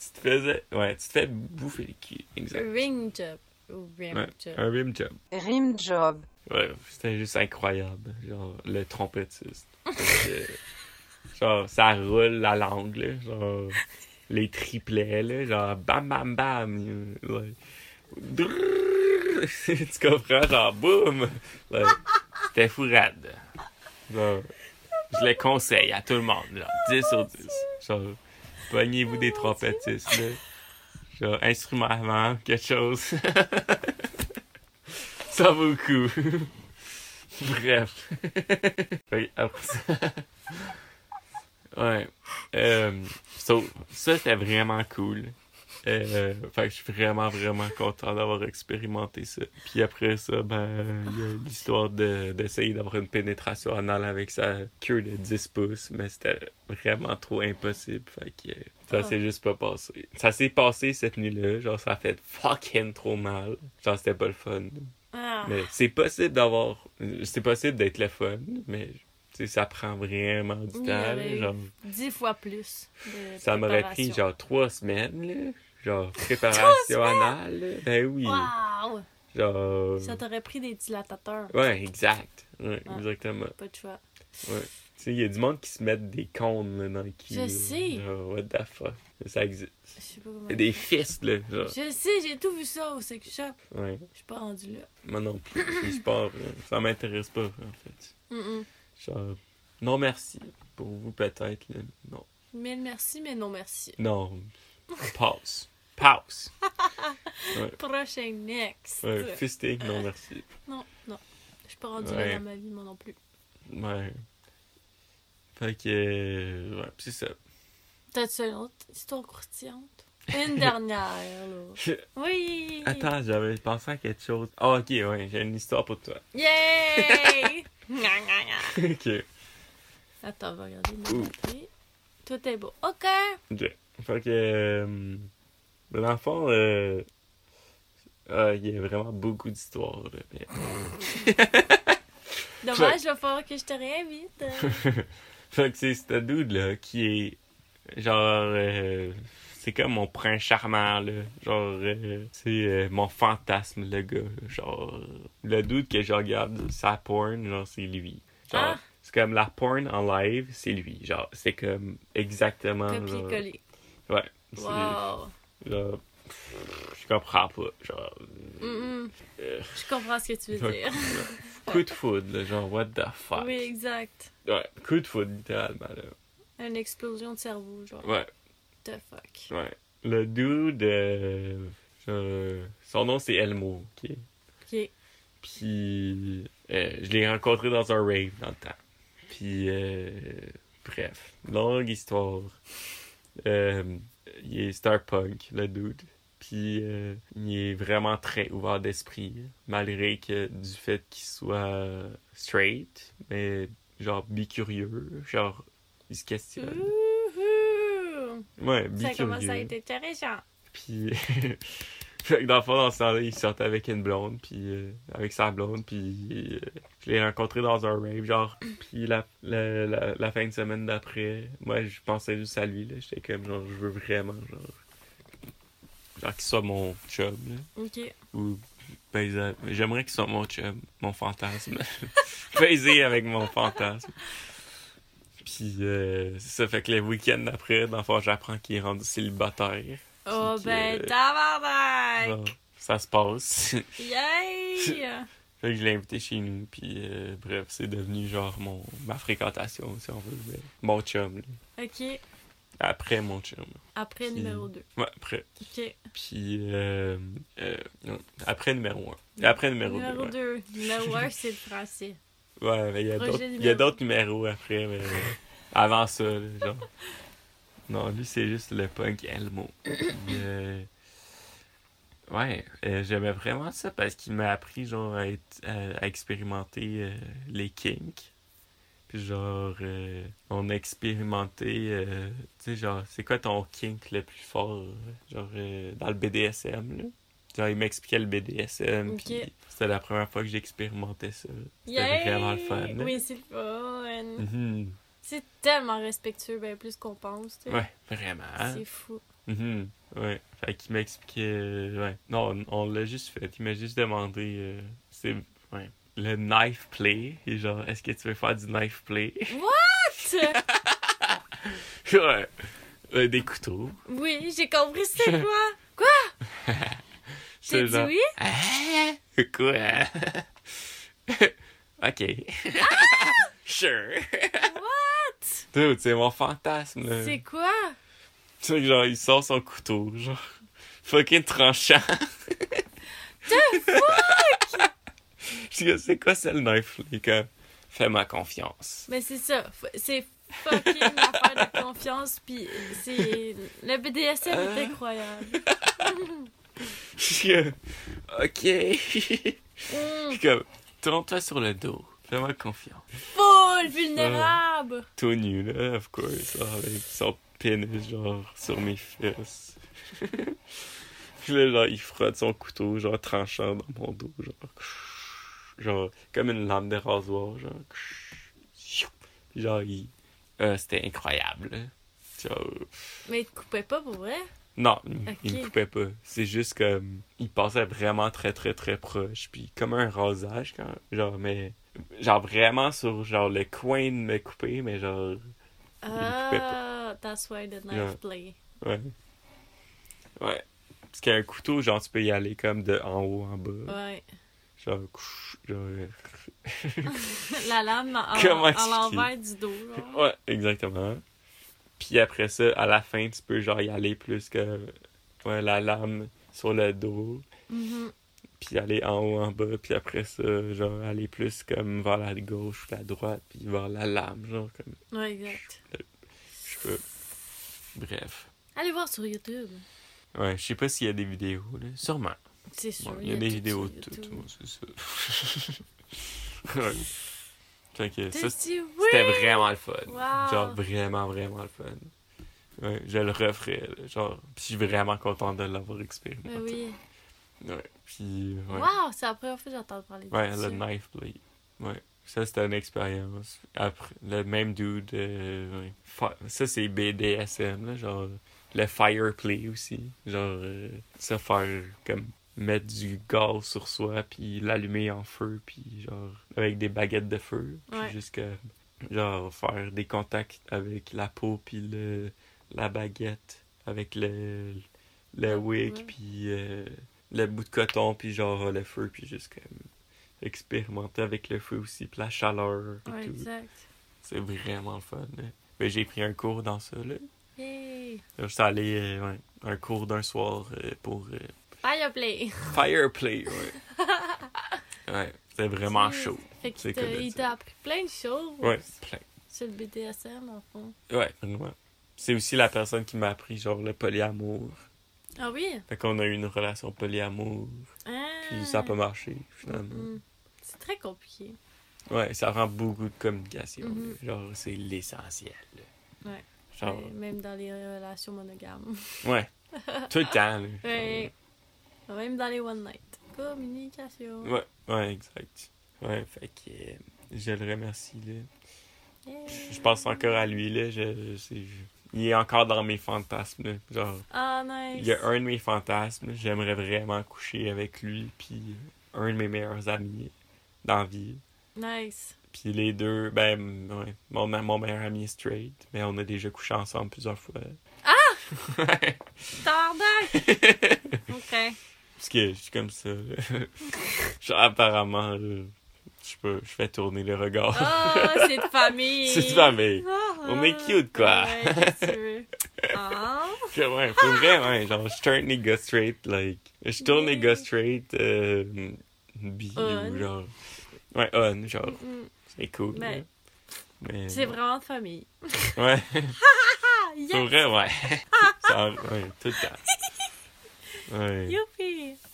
Tu te faisais, ouais, tu te fais bouffer le cul. Exact.
Ring job. Ou rim
Ouais,
job.
un rim job.
Rim job.
Ouais, c'était juste incroyable. Genre, le trompettiste. Donc, euh, genre, ça roule la langue, là. Genre, les triplets, là. Genre, bam, bam, bam. like, drrrr. tu comprends? Genre, boum. Like, c'était fou raide. Genre, je le conseille à tout le monde. Genre, 10 sur 10. Genre, pognez-vous des trompettistes, là. Genre, instrument avant, quelque chose. Ça vaut le coup. Bref. Fait que après ça- ouais. Euh, so, ça, c'était vraiment cool. Euh, fait que je suis vraiment, vraiment content d'avoir expérimenté ça. Puis après ça, ben, il y a l'histoire de- d'essayer d'avoir une pénétration anale avec sa queue de 10 pouces, mais c'était vraiment trop impossible. Fait que euh, ça s'est juste pas passé. Ça s'est passé cette nuit-là, genre ça a fait fucking trop mal. Genre c'était pas le fun.
Ah.
Mais c'est possible d'avoir. C'est possible d'être le fun, mais tu sais, ça prend vraiment du temps.
Oui,
là,
mais-
genre,
Dix fois plus. de
ça m'aurait pris
préparation.
genre trois semaines, là. Genre, préparation anale. là. Ben oui.
Waouh!
Genre.
Ça Ah. t'aurait pris des dilatateurs.
Ouais, exact. Ouais,
Ouais.
exactement.
Pas de choix.
Tu sais, il y a du monde qui se mettent des cônes là, dans le cul.
Je
là.
sais.
Genre, what the fuck. Ça existe.
Je sais pas comment.
Des fists, là. Genre.
Je sais, j'ai tout vu ça au sex shop.
Ouais.
Je suis pas rendue là.
Moi non plus. C'est sport. là. Ça m'intéresse pas, en fait.
Mm-mm.
Genre, non merci. Pour vous, peut-être, là. Non.
Mille merci, mais non merci.
Non. Pause. Pause.
Prochain next.
Ouais, fisting, non merci.
Non, non. Je suis pas rendue
Ouais.
là dans ma vie, moi non plus.
Ouais. Fait que. euh, Ouais, c'est ça.
T'as-tu une autre histoire courtillante? Une dernière, là. Oui!
Attends, j'avais pensé à quelque chose. Ah, ok, ouais, j'ai une histoire pour toi.
Yay! Gna, gna, gna.
ok.
Attends, on va regarder mon
Ouh.
papier. Tout est beau. OK!
Ok. Fait que. euh, L'enfant, euh. ah, il y a vraiment beaucoup d'histoires, là. mais-
Dommage, il va falloir que je te réinvite. euh,
Fait que c'est ce dude là qui est genre euh, c'est comme mon prince charmant là, genre euh, c'est euh, mon fantasme le gars, là. genre le dude que je regarde sa porn, genre c'est lui. Genre
Ah.
c'est comme la porn en live, c'est lui, genre c'est comme exactement genre,
Copier-coller.
Ouais. Ah, c'est-
Wow!
genre, pff, je comprends pas, genre
Mm-mm.
Euh.
Je comprends ce que tu veux
Ouais.
dire.
coup de foudre, là, genre what the fuck.
Oui, exact.
Ouais, coup de foudre littéralement là.
Une explosion de cerveau, genre.
Ouais,
The fuck.
ouais. Le dude, euh, je- son nom c'est Elmo, ok?
Ok.
Puis euh, je l'ai rencontré dans un rave dans le temps. Puis euh, bref, longue histoire. Euh, il est star punk, le dude. Puis euh, il est vraiment très ouvert d'esprit, malgré que du fait qu'il soit straight, mais genre bicurieux, genre il se questionne.
Ouhou!
Ouais,
Mmh. Ça commence à
bicurieux.
être intéressant.
Puis, fait que dans le fond, dans ce temps-là, il sortait avec une blonde, puis euh, avec sa blonde, puis euh, je l'ai rencontré dans un rave, genre, puis la, la, la, la fin de semaine d'après, moi, je pensais juste à lui, là, j'étais comme, genre, je veux vraiment, genre, genre qu'il soit mon chum, là,
Ok.
ou baiser, j'aimerais qu'il soit mon chum, mon fantasme, baiser avec mon fantasme. Puis, euh, c'est ça fait que le week-end d'après, dans le fond, j'apprends qu'il est rendu célibataire.
Oh
Puis que-
ben, tabarnak!
Bon, ça se passe.
Yay!
fait que je l'ai invité chez nous, puis euh, bref, c'est devenu genre mon ma fréquentation, si on veut. mais mon chum, là.
Ok,
Après mon chum.
après
Puis-
numéro 2.
Ouais, après.
Ok,
Puis, euh, euh, non, après numéro 1. Après numéro 2.
numéro 2. Numéro 1, c'est le français.
Ouais, Ouais, mais il y a
Projet
d'autres- il y a
numéro.
d'autres numéros après, mais euh, avant ça, là, genre. Non, lui, c'est juste le punk Elmo. Puis, euh, Ouais, euh, j'aimais vraiment ça parce qu'il m'a appris, genre, à, être- à- à expérimenter euh, les kinks. Puis, genre, euh, on a expérimenté, euh, tu sais, genre, c'est quoi ton kink le plus fort, euh, genre, euh, dans le BDSM, là? Genre, il m'expliquait le BDSM,
Ok. Mm.
puis c'était la première fois que j'expérimentais ça.
Yay!
vraiment le fun, hein? là.
Oui, c'est le fun.
Mhm.
C'est tellement respectueux, ben plus qu'on pense. tu sais.
Ouais, vraiment.
C'est fou.
Mhm. Ouais. Fait qu'il m'expliquait. euh, ouais. Non, on, on l'a juste fait. Il m'a juste demandé. euh, c'est. Ouais. Le knife play. Et genre, est-ce que tu veux faire du knife play? ouais. Euh, des couteaux.
oui, j'ai compris c'est quoi. J'ai
C'est
dit
genre,
oui?
Ah! Quoi? ok. sure.
Ah! What?
Dude, c'est mon fantasme. là.
C'est quoi?
Tu sais, genre, il sort son couteau. Genre, fucking tranchant. Je dis, c'est quoi ça le knife play? Comme, Fais-moi confiance.
Mais c'est ça. f- C'est fucking affaire de confiance. Puis c'est. Le BDSM est
Euh.
incroyable.
Puis, euh, ok. Puis
Mm,
comme, tourne-toi sur le dos. Fais-moi confiance.
full vulnérable!
Tout nu, là, of course. genre, Avec son pénis, genre, sur mes fesses. Puis là, genre, il frotte son couteau, genre, tranchant dans mon dos, genre. Genre, comme une lame de rasoir, genre. Puis genre, il... euh, c'était incroyable. là. Genre,
Mais il te coupait pas pour vrai?
Non, il- il
Ok.
me coupait pas. C'est juste comme. Il passait vraiment très, très, très proche. Puis comme un rasage, quand. Genre, mais. Genre vraiment sur genre le coin de me couper, mais genre. coupait
Ah, that's why the knife
Yeah.
play.
Ouais. Ouais. Parce qu'un couteau, genre, tu peux y aller comme de en haut, en bas.
Ouais.
Genre. couch, genre...
La lame en,
Comment
en
expliquer?
l'envers du dos. genre.
Ouais, exactement. Puis après ça, à la fin, tu peux genre y aller plus que ouais, la lame sur le dos.
Mhm.
Puis aller en haut, en bas. Puis après ça, genre aller plus comme vers la gauche ou la droite. Puis vers la lame, genre comme
Ouais, exact.
je peux. Bref.
Allez voir sur YouTube.
Ouais, je sais pas s'il y a des vidéos, là. Sûrement.
C'est sûr.
Ouais, il y a des
tout
vidéos
sur
de
YouTube.
tout. ouais, c'est ça. ouais. Fait que
T'as
ça,
dit oui!
C'était vraiment le fun.
Wow.
Genre vraiment, vraiment le fun. Ouais, je le referais. là, genre, puis je suis vraiment content de l'avoir
Mais
expérimenté.
Ben oui.
Ouais, puis, ouais.
Wow, c'est la première fois que j'entends parler
Ouais,
de
le
ça.
knife blade. Ouais, ça c'était une expérience. Après, le même dude. euh, ouais. Fa- Ça c'est BDSM, là, genre. Le fire play aussi. Genre, euh, se faire comme mettre du gaz sur soi, puis l'allumer en feu, puis genre, avec des baguettes de feu. Puis
Ouais.
jusqu'à, genre, faire des contacts avec la peau, puis le, la baguette, avec le, le
Ah,
wick,
ouais.
puis euh, le bout de coton, puis genre le feu, puis juste comme expérimenter avec le feu aussi, puis la chaleur et
Ouais,
tout.
exact.
C'est Ben, vraiment le fun. là. Mais j'ai pris un cours dans ça, là.
Yay!
Là, Je suis allé, euh, ouais, un cours d'un soir euh, pour euh,
Fireplay.
Fireplay, ouais. ouais, c'était vraiment chaud.
Fait qu'il
C'est
t'a-
comme
il
ça.
t'a appris plein de choses
Ouais, plein.
sur le BDSM, en fond.
Ouais, vraiment. C'est aussi la personne qui m'a appris, genre, le polyamour.
Ah oui?
Fait qu'on a eu une relation polyamour,
Ah.
puis ça a pas marché, finalement.
Mm. C'est très compliqué.
Ouais, ça rend beaucoup de communication.
Mhm.
là. Genre, c'est l'essentiel. là.
Ouais.
Genre,
Mais Même dans les relations monogames.
ouais. Tout le temps, là.
Ouais. Même dans les one night. Communication.
Ouais, ouais, exact. Ouais, fait que euh, je le remercie, là.
Yeah.
Je je pense encore à lui, là. Je, je- c'est- je- il est encore dans mes fantasmes, là. Genre,
Ah, nice.
il y a un de mes fantasmes, j'aimerais vraiment coucher avec lui, puis euh, un de mes meilleurs amis dans la vie.
Nice.
Puis les deux, ben, ouais, mon, mon meilleur ami est straight, mais on a déjà couché ensemble plusieurs fois. Ah! ouais.
Tardac! ok.
Parce que je suis comme ça, là. Genre, apparemment, là, je peux, je fais tourner le regard.
Oh, c'est de famille.
C'est famille.
Ah,
On est
ah.
cute, quoi.
Ouais, qu'est-ce que tu veux? Ah.
Ouais, pour vrai, ouais. Genre, je tourne les gars straight, like. Je tourne les gars straight, euh. bi
Mm. On.
ou genre. Ouais, on, genre.
Mm.
C'est cool.
Mais-
là. Mais.
C'est vraiment de famille.
Ouais,
Ah,
pour
yes!
vrai, ouais. Ça, ouais, tout le temps. Ouais.
Youpi!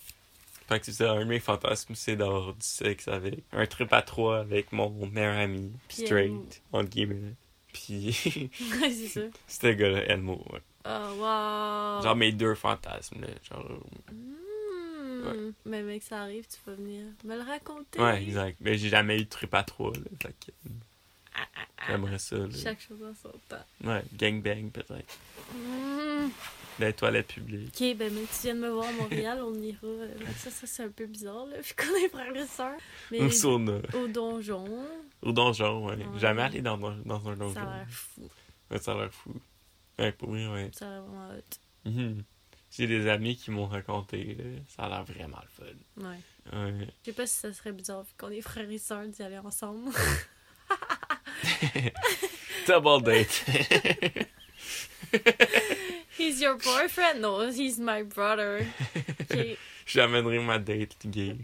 Fait que c'est ça, un de mes fantasmes, c'est d'avoir du sexe avec. Un trip à trois avec mon meilleur ami,
Puis, euh,
straight, entre guillemets. Puis,
Ouais, c'est ça.
ce gars-là, Elmo, ouais.
Oh, wow.
Genre mes deux fantasmes, là. Genre.
Hmm.
Ouais.
Mais mec, ça arrive, tu vas venir me le raconter.
Ouais, exact. Mais j'ai jamais eu de trip à trois, là. Fait que, euh, J'aimerais ça, là.
Chaque chose en son temps.
Ouais, gangbang, peut-être.
Hmm.
Dans les toilettes publiques.
Ok, ben mais tu viens de me voir à Montréal, on ira. euh, ben, ça, ça c'est un peu bizarre, là, vu qu'on est frères et sœurs. Mais
Au sauna.
au donjon,
Au donjon, ouais.
Ouais.
Jamais allé dans, dans un
ça
donjon.
a l'air fou.
Ouais, ça a l'air fou. Ouais, pour vrai, ouais.
Ça a l'air vraiment hot.
Mhm. J'ai des amis qui m'ont raconté, là. Ça a l'air vraiment le fun.
Ouais.
Ouais.
Je sais pas si ça serait bizarre, vu qu'on est frères et sœurs, d'y aller ensemble.
Double date.
he's your boyfriend? No, he's my brother. Ok.
J'amènerai ma date gay.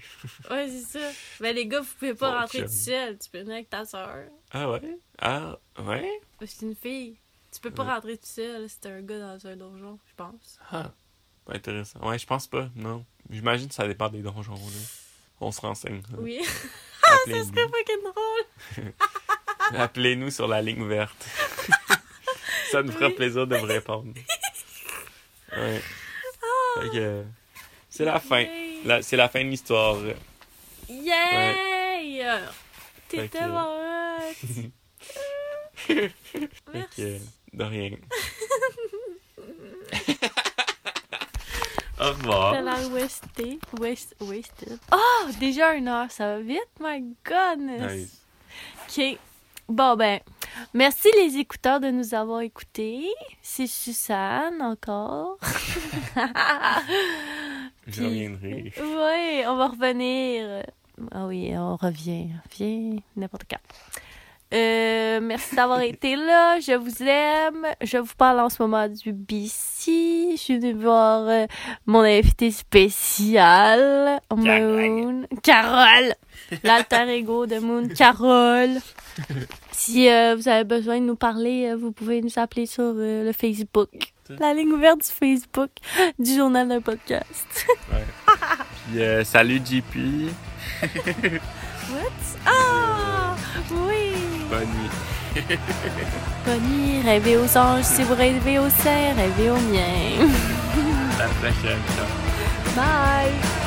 Ouais, c'est ça. Ben les gars, vous pouvez pas
Bon
rentrer
chum.
tout seul. Tu peux venir avec ta sœur.
Ah ouais? Ah, ouais?
C'est une fille. Tu peux pas
Ouais.
rentrer tout seul si t'es un gars dans un donjon, je pense.
Ah. Pas intéressant. Ouais, je pense pas, non. J'imagine que ça dépend des donjons, là. On se renseigne. là.
Oui.
Appelez-nous.
ça serait fucking drôle.
Appelez-nous sur la ligne verte. ça nous fera
Oui.
plaisir de vous répondre. Ouais.
Ah.
Fait que, c'est la fin.
Yay.
La- c'est la fin de l'histoire.
Yay! T'es
Fait que-
tellement hot!
Fait
Merci.
que, de rien. Au revoir.
T'as l'air wasté. Waste, wasted. Oh! Déjà une heure, ça va vite, my goodness!
Nice.
OK. Bon, ben, merci les écouteurs de nous avoir écoutés. C'est Suzanne encore.
Je reviendrai.
Oui, on va revenir. Ah oui, on revient. Viens, n'importe quand. Euh, merci d'avoir été là. Je vous aime. Je vous parle en ce moment du BC. Je suis venue voir euh, mon invité spécial, Moon. Carole! L'alter ego de Moon, Carole. Si euh, vous avez besoin de nous parler, euh, vous pouvez nous appeler sur euh, le Facebook. La ligne ouverte du Facebook du journal d'un podcast.
Puis, euh, salut JP.
What? Ah! Oui!
Bonne nuit.
Bonnie, rêvez aux anges si vous rêvez aux cerfs, rêvez aux miens.
À la prochaine. Ciao.
Bye!